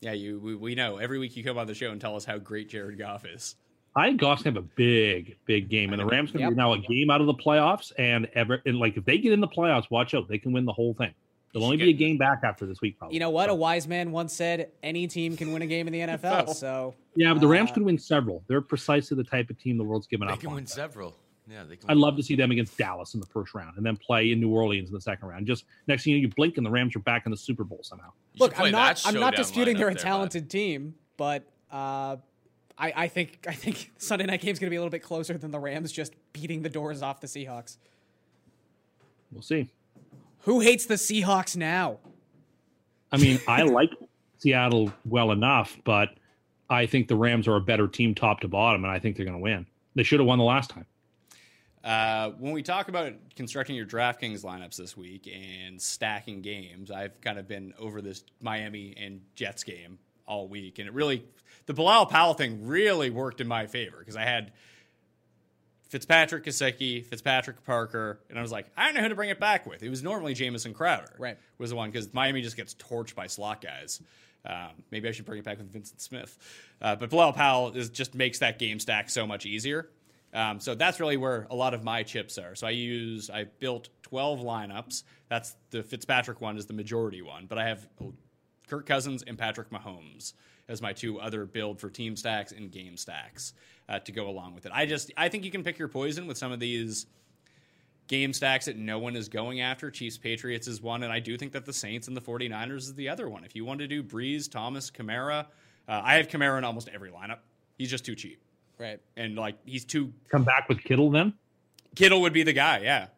Speaker 4: Yeah, you we, we know every week you come on the show and tell us how great Jared Goff is.
Speaker 6: I think Goff's gonna have a big, big game, and the Rams gonna
Speaker 5: Yep.
Speaker 6: be now a game out of the playoffs. And ever, and like if they get in the playoffs, watch out, they can win the whole thing. They'll only be a game back after this week, probably.
Speaker 5: you know what? A wise man once said, any team can win a game in the
Speaker 3: [LAUGHS]
Speaker 5: NFL. So
Speaker 6: yeah, but the Rams could win several. They're precisely the type of team the world's given
Speaker 3: They
Speaker 6: up
Speaker 3: can
Speaker 6: on.
Speaker 3: win several. Yeah, they can.
Speaker 6: I'd love to see them against Dallas in the first round, and then play in New Orleans in the second round. Just next thing you know, you blink, and the Rams are back in the Super Bowl somehow.
Speaker 3: You should
Speaker 5: Look,
Speaker 3: play
Speaker 5: I'm not.
Speaker 3: that
Speaker 5: I'm not
Speaker 3: showdown
Speaker 5: disputing
Speaker 3: lineup
Speaker 5: they're a
Speaker 3: there, bud.
Speaker 5: talented team, but uh, I, I think I think [LAUGHS] Sunday night game's going to be a little bit closer than the Rams just beating the doors off the Seahawks.
Speaker 6: We'll see.
Speaker 5: Who hates the Seahawks now?
Speaker 6: I mean, I like Seattle well enough, but I think the Rams are a better team top to bottom, and I think they're gonna win. They should have won the last time.
Speaker 4: Uh, when we talk about constructing your DraftKings lineups this week and stacking games, I've kind of been over this Miami and Jets game all week, and it really the Bilal Powell thing really worked in my favor because I had Fitzpatrick Kasecki, Fitzpatrick Parker, and I was like, I don't know who to bring it back with. It was normally Jamison Crowder,
Speaker 5: Right.
Speaker 4: Was the one because Miami just gets torched by slot guys. Um, maybe I should bring it back with Vincent Smith, uh, but Bilal Powell is just makes that game stack so much easier. Um, so that's really where a lot of my chips are. So I use I built twelve lineups. That's the Fitzpatrick one is the majority one, but I have Kirk Cousins and Patrick Mahomes as my two other build for team stacks and game stacks uh, to go along with it. I just I think you can pick your poison with some of these game stacks that no one is going after. Chiefs Patriots is one, and I do think that the Saints and the 49ers is the other one. If you want to do Breeze, Thomas, Kamara, uh, I have Kamara in almost every lineup. He's just too cheap.
Speaker 5: Right.
Speaker 4: And like he's too
Speaker 6: Come back with Kittle then.
Speaker 4: Kittle would be the guy, yeah.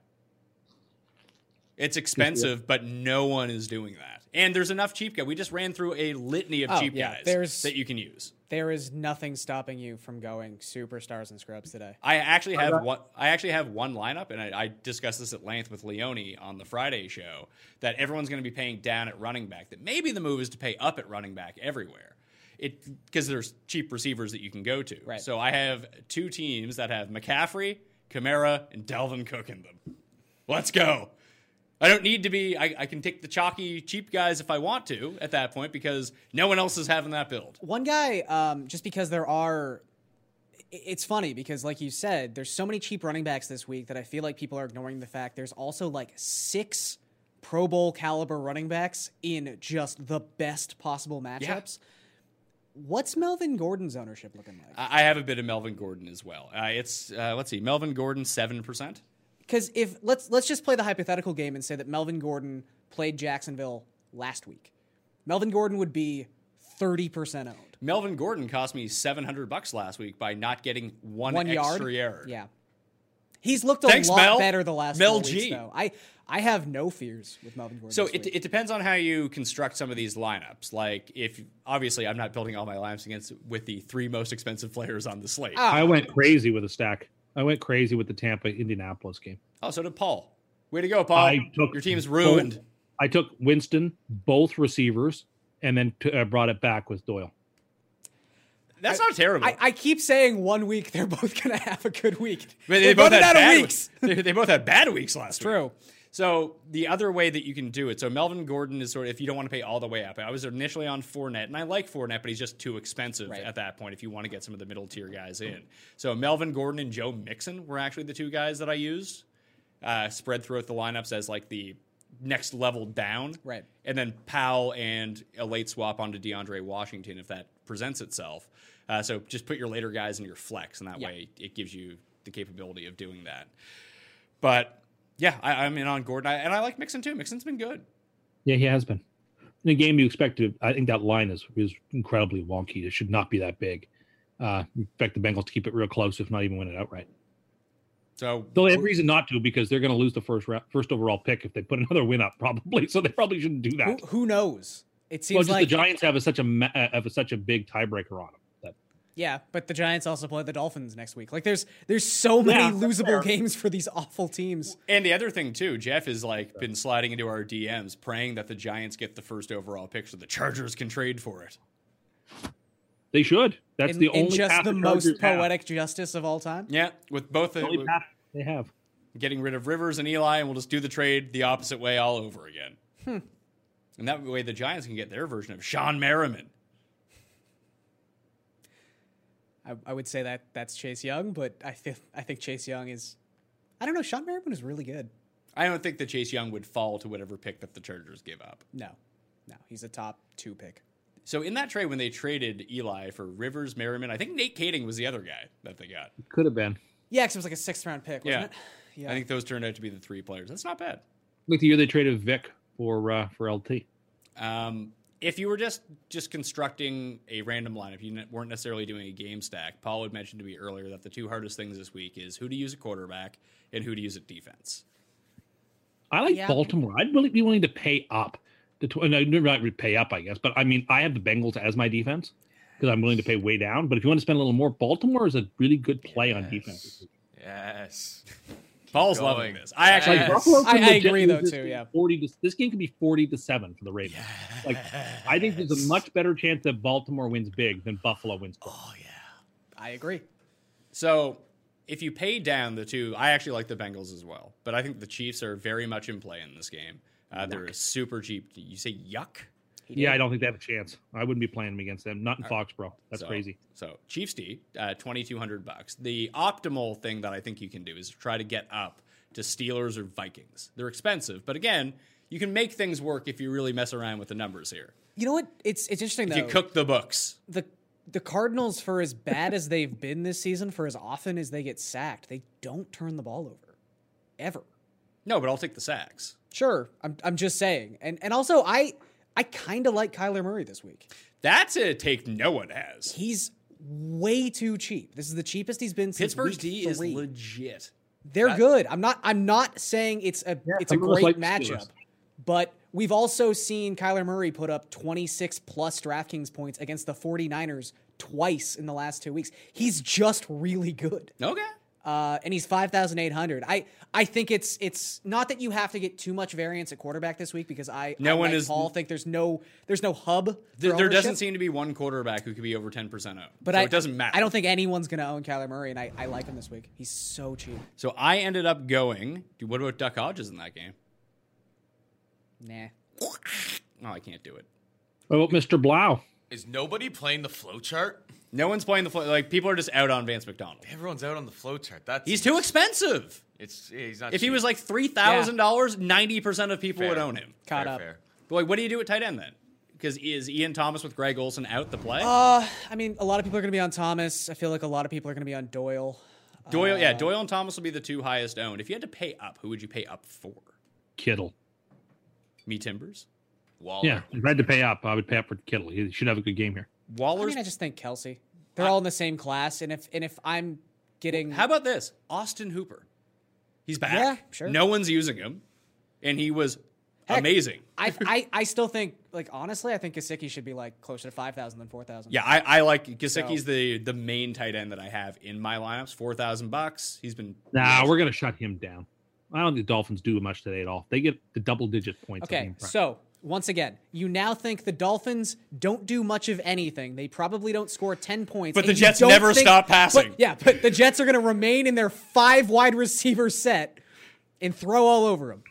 Speaker 4: It's expensive, but no one is doing that. And there's enough cheap guys. We just ran through a litany of
Speaker 5: Oh,
Speaker 4: cheap
Speaker 5: yeah,
Speaker 4: guys
Speaker 5: there's-
Speaker 4: that you can use.
Speaker 5: There is nothing stopping you from going superstars and scrubs today.
Speaker 4: I actually have one. I actually have one lineup, and I, I discussed this at length with Leone on the Friday show. That everyone's going to be paying down at running back. That maybe the move is to pay up at running back everywhere. It because there's cheap receivers that you can go to.
Speaker 5: Right.
Speaker 4: So I have two teams that have McCaffrey, Kamara, and Delvin Cook in them. Let's go. I don't need to be. I, I can take the chalky cheap guys if I want to at that point because no one else is having that build.
Speaker 5: One guy, um, just because there are, i- it's funny because, like you said, there's so many cheap running backs this week that I feel like people are ignoring the fact there's also like six Pro Bowl caliber running backs in just the best possible matchups. What's Melvin Gordon's ownership looking like?
Speaker 4: I I have a bit of Melvin Gordon as well. Uh, it's uh, let's see, Melvin Gordon seven percent.
Speaker 5: Because if let's let's just play the hypothetical game and say that Melvin Gordon played Jacksonville last week, Melvin Gordon would be thirty percent owned.
Speaker 4: Melvin Gordon cost me seven hundred bucks last week by not getting one,
Speaker 5: One yard,
Speaker 4: extra yard.
Speaker 5: Yeah, he's looked a
Speaker 4: Thanks,
Speaker 5: lot
Speaker 4: Mel.
Speaker 5: better the last
Speaker 4: Mel
Speaker 5: four
Speaker 4: G.
Speaker 5: weeks, though. I I have no fears with Melvin Gordon.
Speaker 4: So
Speaker 5: this
Speaker 4: it,
Speaker 5: week.
Speaker 4: it depends on how you construct some of these lineups. Like if obviously I'm not building all my lineups against with the three most expensive [LAUGHS] players on the slate.
Speaker 5: Uh,
Speaker 6: I went crazy with a stack. I went crazy with the Tampa Indianapolis game.
Speaker 4: Oh, so did Paul. Way to go, Paul.
Speaker 6: I took
Speaker 4: Oh, Your team's
Speaker 6: both-
Speaker 4: ruined.
Speaker 6: I took Winston, both receivers, and then t- uh, brought it back with Doyle.
Speaker 4: That's not terrible.
Speaker 5: I, I keep saying one week [LAUGHS] they're both gonna have a good week.
Speaker 4: But
Speaker 5: We're running out
Speaker 4: bad
Speaker 5: of weeks.
Speaker 4: weeks. [LAUGHS] They, they both had bad weeks last week.
Speaker 5: true.
Speaker 4: So the other way that you can do it, so Melvin Gordon is sort of if you don't want to pay all the way up. I was initially on Fournette, and I like Fournette, but he's just too expensive
Speaker 5: Right.
Speaker 4: at that point if you want to get some of the middle tier guys in. So Melvin Gordon and Joe Mixon were actually the two guys that I used uh, spread throughout the lineups as like the next level down.
Speaker 5: Right.
Speaker 4: And then Powell and a late swap onto DeAndre Washington if that presents itself. Uh, so just put your later guys in your flex, and that
Speaker 5: Yeah.
Speaker 4: way it gives you the capability of doing that. But yeah, I, I'm in on Gordon, I, and I like Mixon too. Mixon's been good.
Speaker 6: Yeah, he has been. In a game you expect to, I think that line is is incredibly wonky. It should not be that big. Uh, expect the Bengals to keep it real close, if not even win it outright.
Speaker 4: So
Speaker 6: Though they have reason not to because they're going to lose the first round, first overall pick if they put [LAUGHS] another win up, probably. So they probably shouldn't do that.
Speaker 5: Who, who knows? It
Speaker 6: well,
Speaker 5: seems
Speaker 6: just
Speaker 5: like
Speaker 6: the Giants have a, such a ma- uh, have a, such a big tiebreaker on them. That,
Speaker 5: yeah, but the Giants also play the Dolphins next week. Like there's there's so many
Speaker 6: Yeah, that's
Speaker 5: losable
Speaker 6: fair.
Speaker 5: games for these awful teams.
Speaker 4: And the other thing too, Jeff is like been sliding into our DMs, praying that the Giants get the first overall pick so the Chargers can trade for it.
Speaker 6: they should. That's
Speaker 5: in,
Speaker 6: the
Speaker 5: in
Speaker 6: only
Speaker 5: just
Speaker 6: path
Speaker 5: the
Speaker 6: Chargers
Speaker 5: most
Speaker 6: have.
Speaker 5: poetic justice of all time.
Speaker 4: Yeah, with both
Speaker 6: The
Speaker 4: the,
Speaker 6: only path they have.
Speaker 4: getting rid of Rivers and Eli, and we'll just do the trade the opposite way all over again. And that way, the Giants can get their version of Sean Merriman.
Speaker 5: I, I would say that that's Chase Young, but I think I think Chase Young is I don't know, Sean Merriman is really good.
Speaker 4: I don't think that Chase Young would fall to whatever pick that the Chargers give up.
Speaker 5: No. No, he's a top 2 pick.
Speaker 4: So in that trade, when they traded Eli for Rivers, Merriman, I think Nate Kading was the other guy that they got.
Speaker 6: Could have been.
Speaker 5: Yeah, cuz it was like a 6th round pick, wasn't
Speaker 4: Yeah.
Speaker 5: it? Yeah.
Speaker 4: I think those turned out to be the three players. That's not bad.
Speaker 6: Like the year they traded Vic for uh, for LT.
Speaker 4: Um, if you were just just constructing a random lineup, you ne- weren't necessarily doing a game stack. Paul had mentioned to me earlier that the two hardest things this week is who to use at quarterback and who to use at defense.
Speaker 6: I like
Speaker 5: Yeah.
Speaker 6: Baltimore. I'd really be willing to pay up. The tw- no, not really pay up, I guess, but I mean, I have the Bengals as my defense because I'm willing to pay way down. But if you want to spend a little more, Baltimore is a really good play on defense.
Speaker 3: Yes.
Speaker 4: Paul's
Speaker 3: going.
Speaker 4: loving this. I actually
Speaker 6: Like
Speaker 3: Yes.
Speaker 6: Buffalo
Speaker 5: I-
Speaker 6: could
Speaker 5: I
Speaker 6: legit
Speaker 5: agree, though,
Speaker 6: lose this
Speaker 5: too,
Speaker 6: game
Speaker 5: yeah.
Speaker 6: forty. To, this game could be forty to seven for the Ravens. Like, I think there's a much better chance that Baltimore wins big than Buffalo wins. Big.
Speaker 3: Oh yeah.
Speaker 5: I agree.
Speaker 4: So if you pay down the two, I actually like the Bengals as well, but I think the Chiefs are very much in play in this game. Uh, they're super cheap. You say yuck?
Speaker 6: yeah, I don't think they have a chance. I wouldn't be playing them against them. Not in Foxborough. That's
Speaker 4: So-
Speaker 6: crazy.
Speaker 4: So Chiefs D, uh, twenty two hundred bucks. The optimal thing that I think you can do is try to get up to Steelers or Vikings. They're expensive, but again, you can make things work if you really mess around with the numbers here.
Speaker 5: You know what? It's it's interesting
Speaker 4: If
Speaker 5: though.
Speaker 4: you cook the books,
Speaker 5: the the Cardinals, for as bad as they've been this season, for as often as they get sacked, they don't turn the ball over, ever.
Speaker 4: no, but I'll take the sacks.
Speaker 5: Sure, I'm I'm just saying, and and also I I kind of like Kyler Murray this week.
Speaker 4: That's a take no one has.
Speaker 5: He's way too cheap. This is the cheapest he's been since
Speaker 4: Pittsburgh's
Speaker 5: week
Speaker 4: D is
Speaker 5: three.
Speaker 4: legit.
Speaker 5: They're good. I'm not I'm not saying it's a it's a
Speaker 6: some of us
Speaker 5: great
Speaker 6: like the
Speaker 5: matchup,
Speaker 6: Steelers.
Speaker 5: but we've also seen Kyler Murray put up 26 plus DraftKings points against the 49ers twice in the last 2 weeks. He's just really good.
Speaker 4: Okay.
Speaker 5: uh, and he's five thousand eight hundred. I I think it's it's not that you have to get too much variance at quarterback this week because I
Speaker 4: No
Speaker 5: I,
Speaker 4: one
Speaker 5: like
Speaker 4: is-
Speaker 5: Paul think there's no there's no hub. for
Speaker 4: There, there doesn't
Speaker 5: ownership,
Speaker 4: seem to be one quarterback who could be over ten percent owned.
Speaker 5: but
Speaker 4: so
Speaker 5: I,
Speaker 4: it doesn't matter.
Speaker 5: I don't think anyone's gonna own Kyler Murray, and I, I like him this week. He's so cheap.
Speaker 4: So I ended up going. Dude, what about Duck Hodges in that game?
Speaker 5: Nah,
Speaker 4: Oh, I can't do it.
Speaker 6: What about Mr. Blau?
Speaker 3: Is nobody playing the flowchart?
Speaker 4: No one's playing the flow. Like people are just out on Vance McDonald.
Speaker 3: Everyone's out on the flow chart. That's
Speaker 4: He's too expensive.
Speaker 3: It's yeah, he's not.
Speaker 4: If he
Speaker 3: cheap.
Speaker 4: was like three thousand dollars, ninety percent of people
Speaker 3: Fair.
Speaker 4: would own him.
Speaker 5: Caught
Speaker 3: Fair,
Speaker 5: up.
Speaker 3: fair.
Speaker 4: But like, what do you do at tight end then? Because is Ian Thomas with Greg Olson out the play?
Speaker 5: Uh, I mean, a lot of people are going to be on Thomas. I feel like a lot of people are going to be on Doyle.
Speaker 4: Doyle, yeah, Doyle and Thomas will be the two highest owned. If you had to pay up, who would you pay up for?
Speaker 6: Kittle.
Speaker 4: Me Timbers,
Speaker 3: Waller.
Speaker 6: Yeah, if I had to pay up, I would pay up for Kittle. He should have a good game here.
Speaker 5: I
Speaker 4: Waller's.
Speaker 5: mean, I just think Kelsey. They're all in the same class, and if and if I'm getting
Speaker 4: How about this? Austin Hooper. He's back.
Speaker 5: Yeah, sure.
Speaker 4: No one's using him, and he was
Speaker 5: Heck,
Speaker 4: amazing.
Speaker 5: I, I I still think like honestly, I think Kasicki should be like closer to five thousand than four thousand.
Speaker 4: Yeah, I, I like Gasicki's the the main tight end that I have in my lineups. Four thousand bucks. He's been
Speaker 6: Nah, we're gonna shut him down. I don't think the Dolphins do much today at all. They get the double digit points. on the
Speaker 5: Okay,
Speaker 6: improv.
Speaker 5: so once again, you now think the Dolphins don't do much of anything. They probably don't score ten points.
Speaker 4: But the
Speaker 5: and you
Speaker 4: Jets
Speaker 5: don't
Speaker 4: never stop passing.
Speaker 5: But, yeah, but the Jets are going to remain in their five wide receiver set and throw all over them.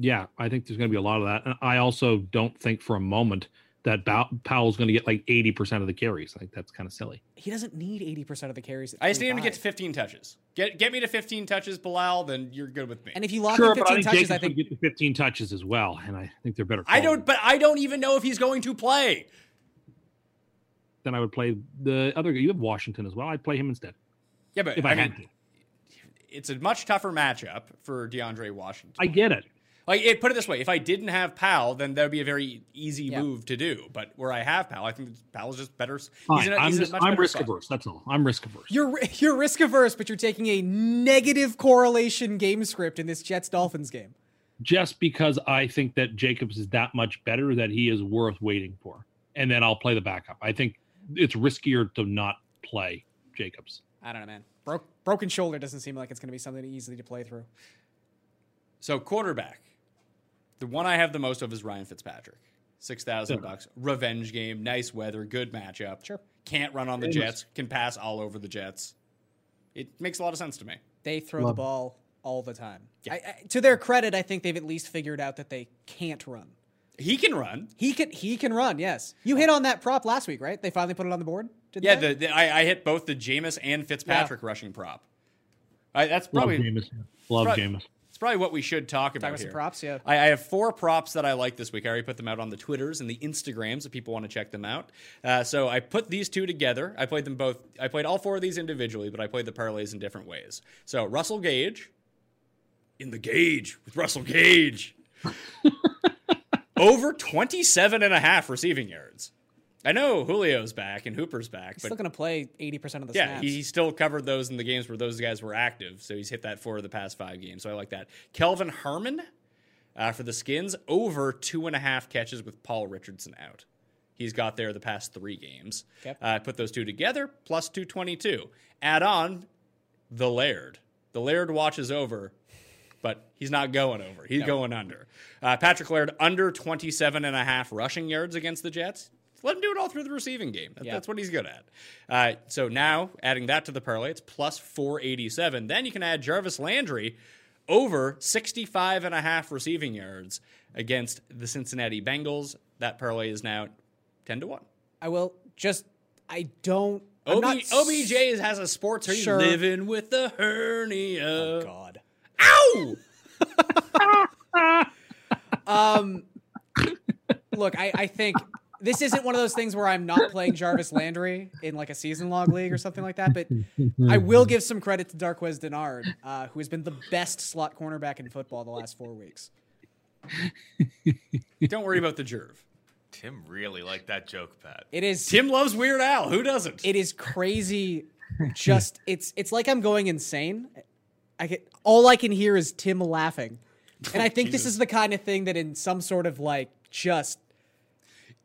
Speaker 6: yeah, I think there's gonna be a lot of that. And I also don't think for a moment that Bow- Powell's gonna get like eighty percent of the carries. Like that's kind of silly.
Speaker 5: He doesn't need eighty percent of the carries. at
Speaker 4: I just need him to get to
Speaker 5: 35.
Speaker 4: fifteen touches. Get get me to fifteen touches, Bilal. Then you're good with me.
Speaker 5: And if you lock
Speaker 6: Sure,
Speaker 5: in
Speaker 6: but
Speaker 5: fifteen
Speaker 6: I think
Speaker 5: touches,
Speaker 6: Jacobs
Speaker 5: I think
Speaker 6: would get the fifteen touches as well, and I think they're better.
Speaker 4: I don't,
Speaker 6: quality.
Speaker 4: but I don't even know if he's going to play.
Speaker 6: Then I would play the other. guy. You have Washington as well. I'd play him instead
Speaker 4: Yeah, but
Speaker 6: if I,
Speaker 4: I,
Speaker 6: had
Speaker 4: mean,
Speaker 6: to.
Speaker 4: it's a much tougher matchup for DeAndre Washington.
Speaker 6: I get it.
Speaker 4: Like, it, put it this way: if I didn't have Powell, then that would be a very easy
Speaker 5: Yeah.
Speaker 4: move to do. But where I have Powell, I think Powell's just better. s-
Speaker 6: Fine.
Speaker 4: He's in a,
Speaker 6: I'm
Speaker 4: he's in a
Speaker 6: just
Speaker 4: much
Speaker 6: I'm
Speaker 4: better
Speaker 6: risk
Speaker 4: spot.
Speaker 6: averse. That's all. I'm risk averse.
Speaker 5: you're [LAUGHS] ri- you're risk averse, but you're taking a negative correlation game script in this Jets Dolphins game.
Speaker 6: just because I think that Jacobs is that much better that he is worth waiting for. And then I'll play the backup. I think it's riskier to not play Jacobs.
Speaker 5: I don't know, man. Broke, broken shoulder doesn't seem like it's going to be something easily to play through.
Speaker 4: So quarterback, the one I have the most of is Ryan Fitzpatrick. Six thousand bucks, revenge game, nice weather, good matchup. Sure, can't run on the Jets, can pass all over the Jets. It makes a lot of sense to me.
Speaker 5: They throw the ball all the time. I, I, to their credit, I think they've at least figured out that they can't run.
Speaker 4: He can run.
Speaker 5: He can he can run. Yes, you hit on that prop last week, right? They finally put it on the board. Did
Speaker 4: Yeah,
Speaker 5: they?
Speaker 4: the, the, I, I hit both the Jameis and Fitzpatrick rushing prop. I, that's
Speaker 6: Love
Speaker 4: probably
Speaker 6: Jameis. Love
Speaker 4: Right.
Speaker 6: Jameis.
Speaker 4: it's probably what we should talk about.
Speaker 5: about some
Speaker 4: here.
Speaker 5: props, yeah.
Speaker 4: I, I have four props that I like this week. I already put them out on the Twitters and the Instagrams if people want to check them out. Uh, so I put these two together. I played them both. I played all four of these individually, but I played the parlays in different ways. So Russell Gage in the gauge with Russell
Speaker 5: [LAUGHS]
Speaker 4: Gage. Over 27 and a half receiving yards. I know Julio's back and Hooper's back,
Speaker 5: he's
Speaker 4: but
Speaker 5: still going to play eighty percent of the
Speaker 4: yeah,
Speaker 5: snaps.
Speaker 4: he still covered those in the games where those guys were active. So he's hit that four of the past five games. So I like that. Kelvin Harmon uh, for the Skins over two and a half catches with Paul Richardson out. He's got there the past three games.
Speaker 5: Okay.
Speaker 4: Uh, put those two together, plus 222. Add on the Laird. The Laird watches over, but he's not going over. He's going under. Uh, Patrick Laird under 27 and a half rushing yards against the Jets. Let him do it all through the receiving game. That-
Speaker 5: Yeah.
Speaker 4: That's what he's good at. Uh, so now adding that to the parlay, it's plus 487. Then you can add Jarvis Landry over 65 and a half receiving yards against the Cincinnati Bengals. That parlay is now 10 to 1.
Speaker 5: I will just. I don't. I'm
Speaker 4: OB,
Speaker 5: not
Speaker 4: OBJ has a sports hernia.
Speaker 5: sure.
Speaker 4: Living with the hernia.
Speaker 5: Oh, God.
Speaker 4: Ow!
Speaker 5: Um, look, I, I think this isn't one of those things where I'm not playing Jarvis Landry in like a season log league or something like that. But I will give some credit to Darquez Denard, uh, who has been the best slot cornerback in football the last four weeks.
Speaker 4: Don't worry about the Jerv.
Speaker 3: Tim really liked that joke, Pat.
Speaker 5: It is
Speaker 4: Tim loves Weird Al. Who doesn't?
Speaker 5: it is crazy. Just it's it's like I'm going insane. I get all I can hear is Tim laughing, and I think this
Speaker 4: Jesus.
Speaker 5: is the kind of thing that in some sort of like just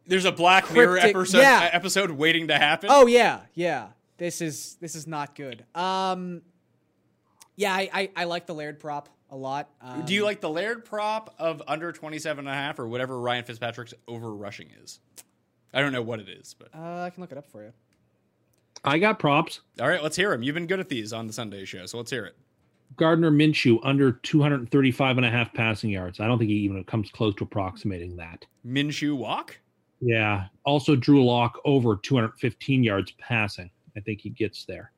Speaker 4: There's a Black Mirror
Speaker 5: Cryptic-
Speaker 4: episode,
Speaker 5: yeah.
Speaker 4: uh, episode waiting to happen.
Speaker 5: Oh yeah, yeah. This is this is not good. Um, yeah, I I, I like the Laird prop a lot. Um,
Speaker 4: Do you like the Laird prop of under 27 and a half or whatever Ryan Fitzpatrick's over rushing is? I don't know what it is, but
Speaker 5: Uh, I can look it up for you.
Speaker 6: I got props.
Speaker 4: all right, let's hear him. You've been good at these on the Sunday show, so let's hear it.
Speaker 6: Gardner Minshew under 235 and a half passing yards. I don't think he even comes close to approximating that.
Speaker 4: Minshew walk?
Speaker 6: Yeah. Also, Drew Lock over 215 yards passing. I think he gets there.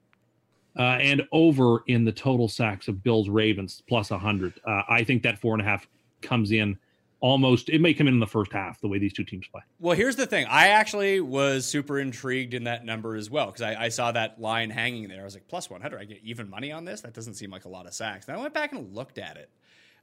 Speaker 6: Uh, and over in the total sacks of Bills Ravens plus 100. Uh, I think that four and a half comes in almost, it may come in in the first half, the way these two teams play.
Speaker 4: Well, here's the thing. I actually was super intrigued in that number as well because I, I saw that line hanging there. I was like, plus 100. I get even money on this? That doesn't seem like a lot of sacks. And I went back and looked at it.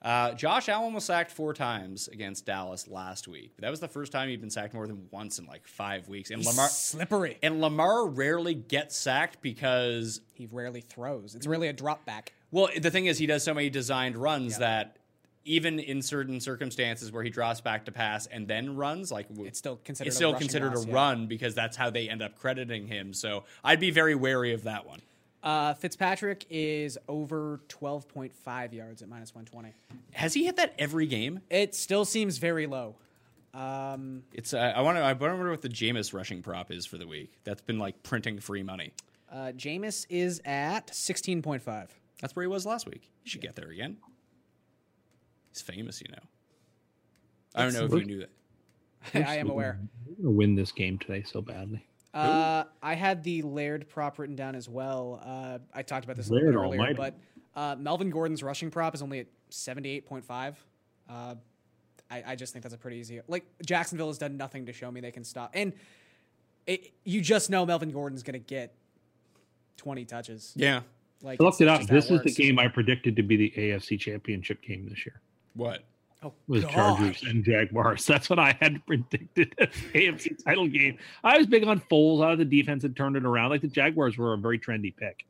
Speaker 4: Uh, Josh Allen was sacked four times against Dallas last week. But that was the first time he'd been sacked more than once in like five weeks. And
Speaker 5: He's
Speaker 4: Lamar
Speaker 5: slippery.
Speaker 4: and Lamar rarely gets sacked because
Speaker 5: He rarely throws. It's really a drop back.
Speaker 4: well, the thing is, he does so many designed runs that even in certain circumstances where he drops back to pass and then runs, like w-
Speaker 5: It's still considered.
Speaker 4: it's
Speaker 5: a
Speaker 4: still
Speaker 5: rushing
Speaker 4: considered
Speaker 5: loss,
Speaker 4: a
Speaker 5: yeah.
Speaker 4: run because that's how they end up crediting him. So I'd be very wary of that one.
Speaker 5: Uh, Fitzpatrick is over twelve point five yards at minus one twenty.
Speaker 4: Has he hit that every game?
Speaker 5: It still seems very low. Um,
Speaker 4: It's uh, I want to I wonder what the Jameis rushing prop is for the week. That's been like printing free money.
Speaker 5: uh, Jameis is at sixteen point five. [LAUGHS]
Speaker 4: That's where he was last week. He should get there again. He's famous, you know. I don't know if you knew that.
Speaker 5: I am aware.
Speaker 6: We're going to win this game today so badly.
Speaker 5: Uh, I had the Laird prop written down as well. Uh, I talked about this a little
Speaker 6: Laird
Speaker 5: bit earlier,
Speaker 6: almighty.
Speaker 5: but uh, Melvin Gordon's rushing prop is only at seventy-eight point five. Uh, I, I just think that's a pretty easy. Like Jacksonville has done nothing to show me they can stop, and it, you just know Melvin Gordon's going to get twenty touches.
Speaker 4: Yeah.
Speaker 5: Like
Speaker 6: I looked it
Speaker 5: it's
Speaker 6: up.
Speaker 5: just how
Speaker 6: This is the
Speaker 5: works.
Speaker 6: game I predicted to be the AFC Championship game this year.
Speaker 4: What?
Speaker 5: Oh,
Speaker 6: was Chargers and Jaguars. [LAUGHS] That's what I had predicted. AFC title game. I was big on Foles out of the defense and turned it around. Like the Jaguars were a very trendy pick.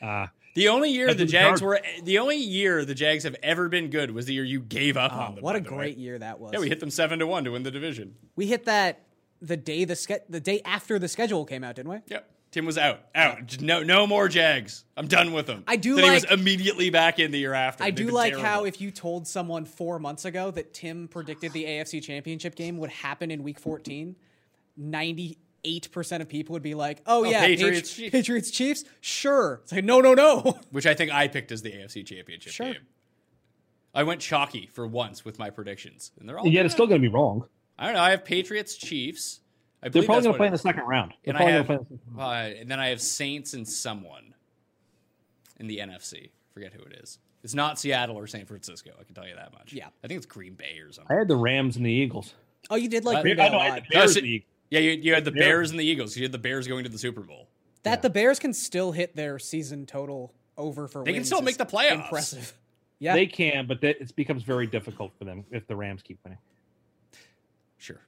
Speaker 6: Uh,
Speaker 4: The only year
Speaker 6: That's
Speaker 4: the
Speaker 6: the
Speaker 4: Jags
Speaker 6: Chargers.
Speaker 4: were the only year the Jags have ever been good was the year you gave up
Speaker 5: Oh,
Speaker 4: on them.
Speaker 5: what
Speaker 4: by
Speaker 5: a
Speaker 4: the way.
Speaker 5: great year that was.
Speaker 4: Yeah, we hit them seven to one to win the division.
Speaker 5: We hit that the day the ske- the day after the schedule came out, didn't we?
Speaker 4: Yep. Tim was out. Out. J- No no more Jags. I'm done with them.
Speaker 5: I do
Speaker 4: then he
Speaker 5: like-
Speaker 4: was immediately back in the year after.
Speaker 5: I
Speaker 4: They've
Speaker 5: do
Speaker 4: been
Speaker 5: like
Speaker 4: terrible.
Speaker 5: how if you told someone four months ago that Tim predicted the AFC Championship game would happen in Week 14, 98 percent of people would be like, "Oh, yeah, Patri-
Speaker 4: Patriots, Chiefs."
Speaker 5: Patriots, Chiefs, sure." It's like, no, no, no. [LAUGHS]
Speaker 4: which I think I picked as the AFC championship
Speaker 5: Sure.
Speaker 4: game. I went chalky for once with my predictions. And they're all
Speaker 6: yet it's still going to be wrong.
Speaker 4: I don't know. I have Patriots, Chiefs. I
Speaker 6: They're
Speaker 4: believe
Speaker 6: probably
Speaker 4: that's
Speaker 6: going to play
Speaker 4: what
Speaker 6: in
Speaker 4: it
Speaker 6: the
Speaker 4: is.
Speaker 6: second round. They're
Speaker 4: and I
Speaker 6: probably
Speaker 4: have,
Speaker 6: gonna play in the second round.
Speaker 4: uh, and then I have Saints and someone in the NFC. Forget who it is. It's not Seattle or San Francisco. I can tell you that much.
Speaker 5: Yeah.
Speaker 4: I think it's Green Bay or
Speaker 6: I
Speaker 4: something.
Speaker 6: had the Rams and the Eagles.
Speaker 5: Oh, you did
Speaker 4: Uh,
Speaker 5: like Green Bay
Speaker 6: I
Speaker 5: a
Speaker 6: know, I had
Speaker 5: lot.
Speaker 6: the Bears
Speaker 4: Oh, so-
Speaker 6: and the Eagles.
Speaker 4: Yeah, you, you had the
Speaker 6: Bears.
Speaker 4: Bears and the Eagles. You had the Bears going to the Super Bowl.
Speaker 5: That the Bears can still hit their season total over for
Speaker 4: They can
Speaker 5: wins
Speaker 4: still
Speaker 5: is
Speaker 4: make the playoffs.
Speaker 5: Impressive. Yeah.
Speaker 6: They can, but that, it becomes very difficult for them if the Rams keep winning.
Speaker 4: Sure.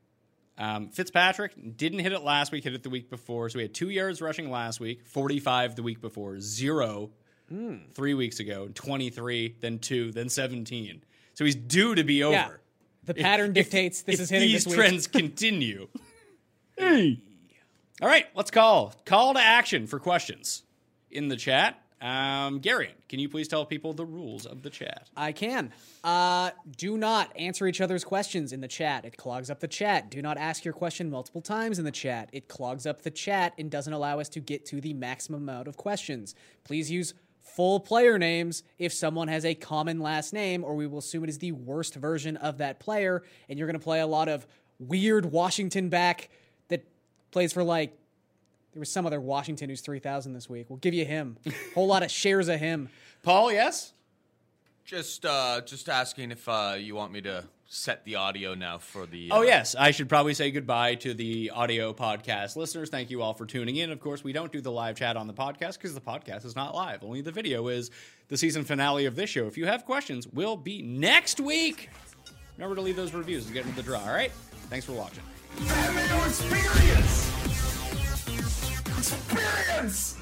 Speaker 4: Um, Fitzpatrick didn't hit it last week, hit it the week before. So we had two yards rushing last week, 45 the week before, zero
Speaker 5: Hmm.
Speaker 4: three weeks ago, 23, then two, then 17. So he's due to be over.
Speaker 5: Yeah. the pattern dictates this
Speaker 4: if
Speaker 5: is hitting
Speaker 4: these
Speaker 5: this week.
Speaker 4: trends continue.
Speaker 5: [LAUGHS]
Speaker 4: All right, let's call. Call to action for questions in the chat. Um, Garion, can you please tell people the rules of the chat?
Speaker 5: I can. Uh, do not answer each other's questions in the chat. It clogs up the chat. Do not ask your question multiple times in the chat. It clogs up the chat and doesn't allow us to get to the maximum amount of questions. Please use full player names if someone has a common last name, or we will assume it is the worst version of that player. And you're going to play a lot of weird Washington back that plays for like. There was some other Washington who's 3,000 this week. We'll give you him. Whole lot of shares of him.
Speaker 4: Paul, yes?
Speaker 3: Just uh, just asking if uh, you want me to set the audio now for the.
Speaker 4: Oh,
Speaker 3: uh,
Speaker 4: yes. I should probably say goodbye to the audio podcast listeners. Thank you all for tuning in. Of course, we don't do the live chat on the podcast because the podcast is not live. Only the video is the season finale of this show. If you have questions, we'll be next week. Remember to leave those reviews and get into the draw. All right. Thanks for watching.
Speaker 7: Have your experience. Experience.